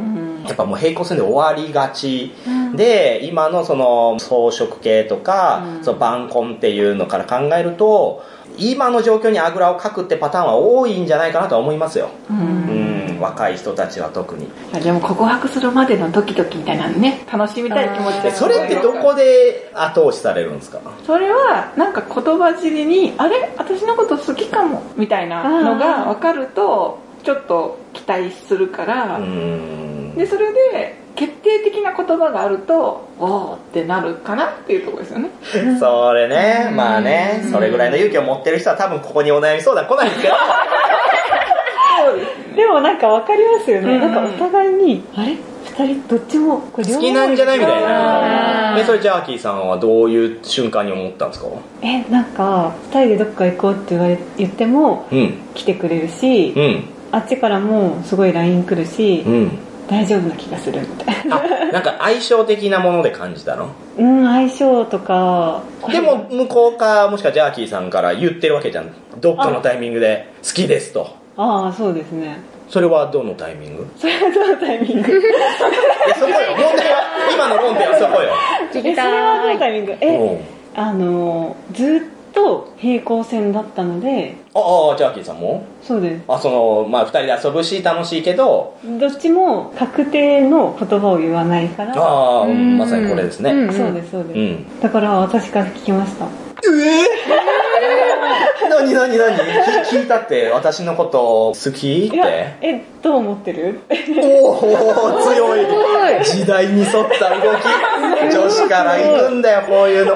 [SPEAKER 1] やっぱもう平行線で終わりがち、で今のその装飾系とか、その晩婚っていうのから考えると今の状況にあぐらをかくってパターンは多いんじゃないかなとは思いますよ。うん、若い人たちは特に。
[SPEAKER 3] あでも告白するまでのドキドキみたいなのね楽しみたい気持ち
[SPEAKER 1] え
[SPEAKER 3] で
[SPEAKER 1] それってどこで後押しされるんですか
[SPEAKER 3] それはなんか言葉尻にあれ私のこと好きかもみたいなのが分かるとちょっと期待するか
[SPEAKER 1] う
[SPEAKER 3] ら、
[SPEAKER 1] ん。
[SPEAKER 3] でそれで決定的な言葉があるとおおってなるかなっていうところですよね
[SPEAKER 1] それね、まあね、それぐらいの勇気を持ってる人は多分ここにお悩み相談来ないんですけど。
[SPEAKER 6] でもなんかわかりますよね、
[SPEAKER 3] うんうん
[SPEAKER 6] なんかお互いにあれ二人どっちもこれ両
[SPEAKER 1] 好
[SPEAKER 6] 方
[SPEAKER 1] きなんじゃないみたい
[SPEAKER 4] あ
[SPEAKER 1] な。
[SPEAKER 4] ー
[SPEAKER 1] え、それジャーキーさんはどういう瞬間に思ったんですか
[SPEAKER 6] えなんか二人でどっか行こうって言われ言っても
[SPEAKER 1] うん、
[SPEAKER 6] 来てくれるし、
[SPEAKER 1] うん、
[SPEAKER 6] あっちからもすごい LINE 来るし、
[SPEAKER 1] うん。
[SPEAKER 6] 大丈夫な気がするみたいな
[SPEAKER 1] あ、なんか相性的なもので感じたの
[SPEAKER 6] うん相性とか
[SPEAKER 1] でも向こうか、もしくはジャーキーさんから言ってるわけじゃん。どっかのタイミングで好きですと。
[SPEAKER 6] ああそうですね
[SPEAKER 1] それはどのタイミング
[SPEAKER 6] それはどのタイミング
[SPEAKER 1] いやそこよ。問題は、今の論点はそこよ。
[SPEAKER 4] 聞
[SPEAKER 6] え
[SPEAKER 4] き
[SPEAKER 6] それはど
[SPEAKER 4] た
[SPEAKER 6] のタ
[SPEAKER 4] い。
[SPEAKER 6] イミング
[SPEAKER 1] う
[SPEAKER 6] え
[SPEAKER 1] ん
[SPEAKER 6] あのずっと平行線だったので
[SPEAKER 1] ああ、ジャーキーさんも
[SPEAKER 6] そうです
[SPEAKER 1] あ、その、まあ、二人で遊ぶし、楽しいけど、
[SPEAKER 6] どっちも確定の言葉を言わないから
[SPEAKER 1] ああ、
[SPEAKER 4] うん
[SPEAKER 1] まさにこれですね。
[SPEAKER 6] そうですそう
[SPEAKER 1] う
[SPEAKER 6] で
[SPEAKER 1] ん。
[SPEAKER 6] すだから私から聞きました
[SPEAKER 1] なになになに聞いたって、私のこと好きっ
[SPEAKER 6] いや
[SPEAKER 1] て。
[SPEAKER 6] えどう思ってる
[SPEAKER 1] おお強い時代に沿った動き女子から行くんだよこういうの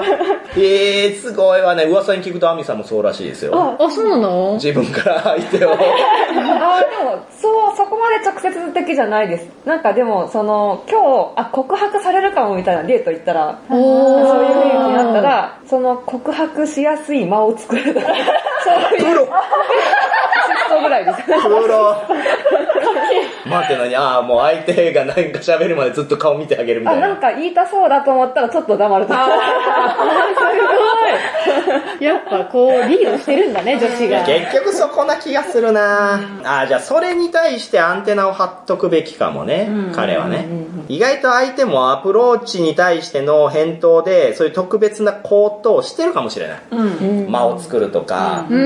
[SPEAKER 1] えー、すごいわね噂に聞くとアミさんもそうらしいですよ
[SPEAKER 4] あ、そうなの
[SPEAKER 1] 自分から相手を
[SPEAKER 7] あーでもそうそこまで直接的じゃないですなんかでもその今日あ告白されるかもみたいなデート行ったら
[SPEAKER 4] おー
[SPEAKER 7] そういう雰囲気になったらその告白しやすい間を作るそういう
[SPEAKER 1] プロ
[SPEAKER 7] そうぐらいです
[SPEAKER 1] プロ待って何ああもう相手が何か喋るまでずっと顔見てあげるみた
[SPEAKER 7] あ
[SPEAKER 1] い
[SPEAKER 7] なん
[SPEAKER 1] な
[SPEAKER 7] か言いたそうだと思ったらちょっと黙ると
[SPEAKER 4] やっぱこう、リードしてるんだね、女子
[SPEAKER 1] いや
[SPEAKER 4] が。
[SPEAKER 1] 結局そこな気がするなあーじゃあそれに対してアンテナを張っとくべきかもね、彼はね、意外と相手もアプローチに対しての返答でそういう特別な行動をしてるかもしれない、間を作るとか、どう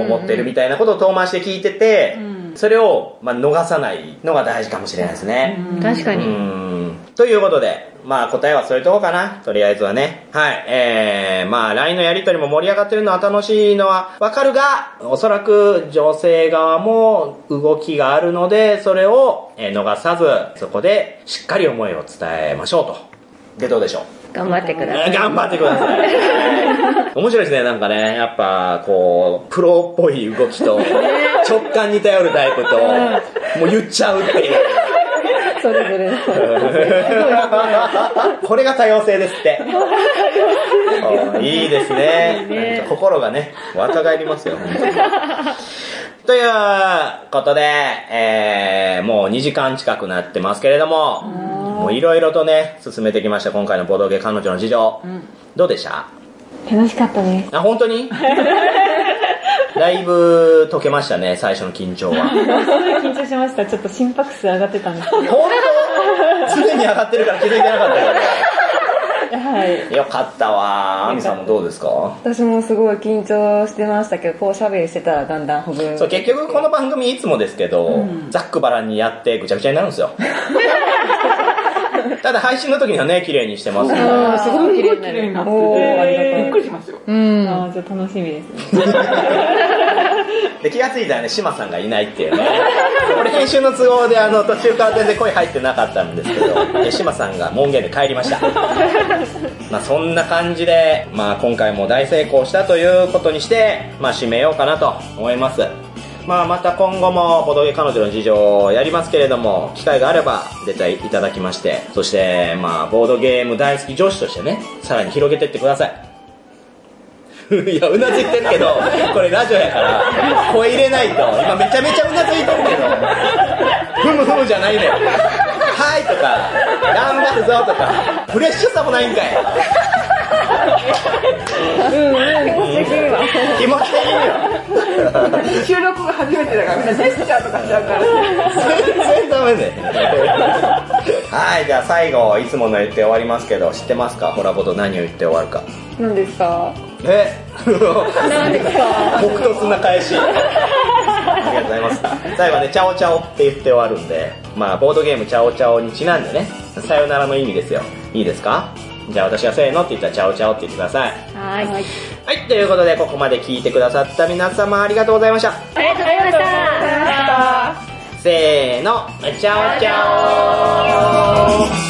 [SPEAKER 1] 思ってるみたいなことを遠回しで聞いてて、それを、まあ、逃さないのが大事かもしれないですね、
[SPEAKER 4] 確か
[SPEAKER 1] う
[SPEAKER 4] に。
[SPEAKER 1] んということで、まあ答えはそういうとこかな。とりあえずはね。はい。えー、まあ LINE のやりとりも盛り上がってるのは楽しいのはわかるが、おそらく女性側も動きがあるので、それをえー逃さず、そこでしっかり思いを伝えましょうと。で、どうでしょう
[SPEAKER 4] 頑張ってください。
[SPEAKER 1] 頑張ってください。はい面白いですね、なんかね。やっぱ、こう、プロっぽい動きと、直感に頼るタイプと、もう言っちゃうっていう。
[SPEAKER 7] それぞれの
[SPEAKER 1] これが多様性ですって。お いいですね。心がね、若返りますよ、本当にということで、えー、もう2時間近くなってますけれども、もういろいろとね、進めてきました、今回のボードゲー彼女の事情。どうでした
[SPEAKER 6] 楽しかったです
[SPEAKER 1] あ、本当 にだいぶ解けましたね、最初の緊張 は。
[SPEAKER 6] 緊張しましたちょっと心拍数上がってたんですけど
[SPEAKER 1] 本当常に上がってるから気づいてなかったよ
[SPEAKER 6] はい
[SPEAKER 1] ね。よかったわ。アミさんもどうですか
[SPEAKER 7] 私もすごい緊張してましたけどこう喋りしてたらだんだんほぐ
[SPEAKER 1] そう結局この番組いつもですけど、ざっくばらんにやってぐちゃぐちゃになるんで すよただ配信の時にはね綺麗にしてますんで
[SPEAKER 4] あーすごく綺麗にな
[SPEAKER 3] 綺麗
[SPEAKER 4] る。
[SPEAKER 3] になって
[SPEAKER 7] おーありがとう
[SPEAKER 3] てびっくりしますよ
[SPEAKER 4] うん。
[SPEAKER 6] あーじゃあ楽しみですね
[SPEAKER 1] で気がついたらね島さんがいないっていうねこれ編集の都合であの途中から全然声入ってなかったんですけどで島さんが門限で帰りましたまあそんな感じで、まあ、今回も大成功したということにして、まあ、締めようかなと思いますまあまた今後もボドゲ彼女の事情をやりますけれども機会があれば出ていただきましてそしてまあボードゲーム大好き女子としてねさらに広げていってください いや、うなずいてるけど、これラジオやから、声入れないと、今めちゃめちゃうなずいてるけど、ふむふむじゃないのよ。はいとか、頑張るぞとか、フレッシュさもないんかい。気持ち的には。
[SPEAKER 3] 収録が初めてだからみんなジェスチャーとかしちゃうから
[SPEAKER 1] 全然ダメね。はい、じゃあ最後、いつもの言って終わりますけど、知ってますかホラボと何を言って終わるか。
[SPEAKER 7] 何ですか
[SPEAKER 1] え 朴突な返しありがとうございます最後はね「チャオチャオ」って言って終わるんでまあボードゲーム「チャオチャオ」にちなんでねさよならの意味ですよいいですかじゃあ私がせーのって言ったら「チャオチャオ」って言ってください
[SPEAKER 4] はい。あり
[SPEAKER 1] はいということでここまで聞いてくださった皆様ありがとうございました
[SPEAKER 4] がとうございました。
[SPEAKER 1] せーの「チャオチャオ」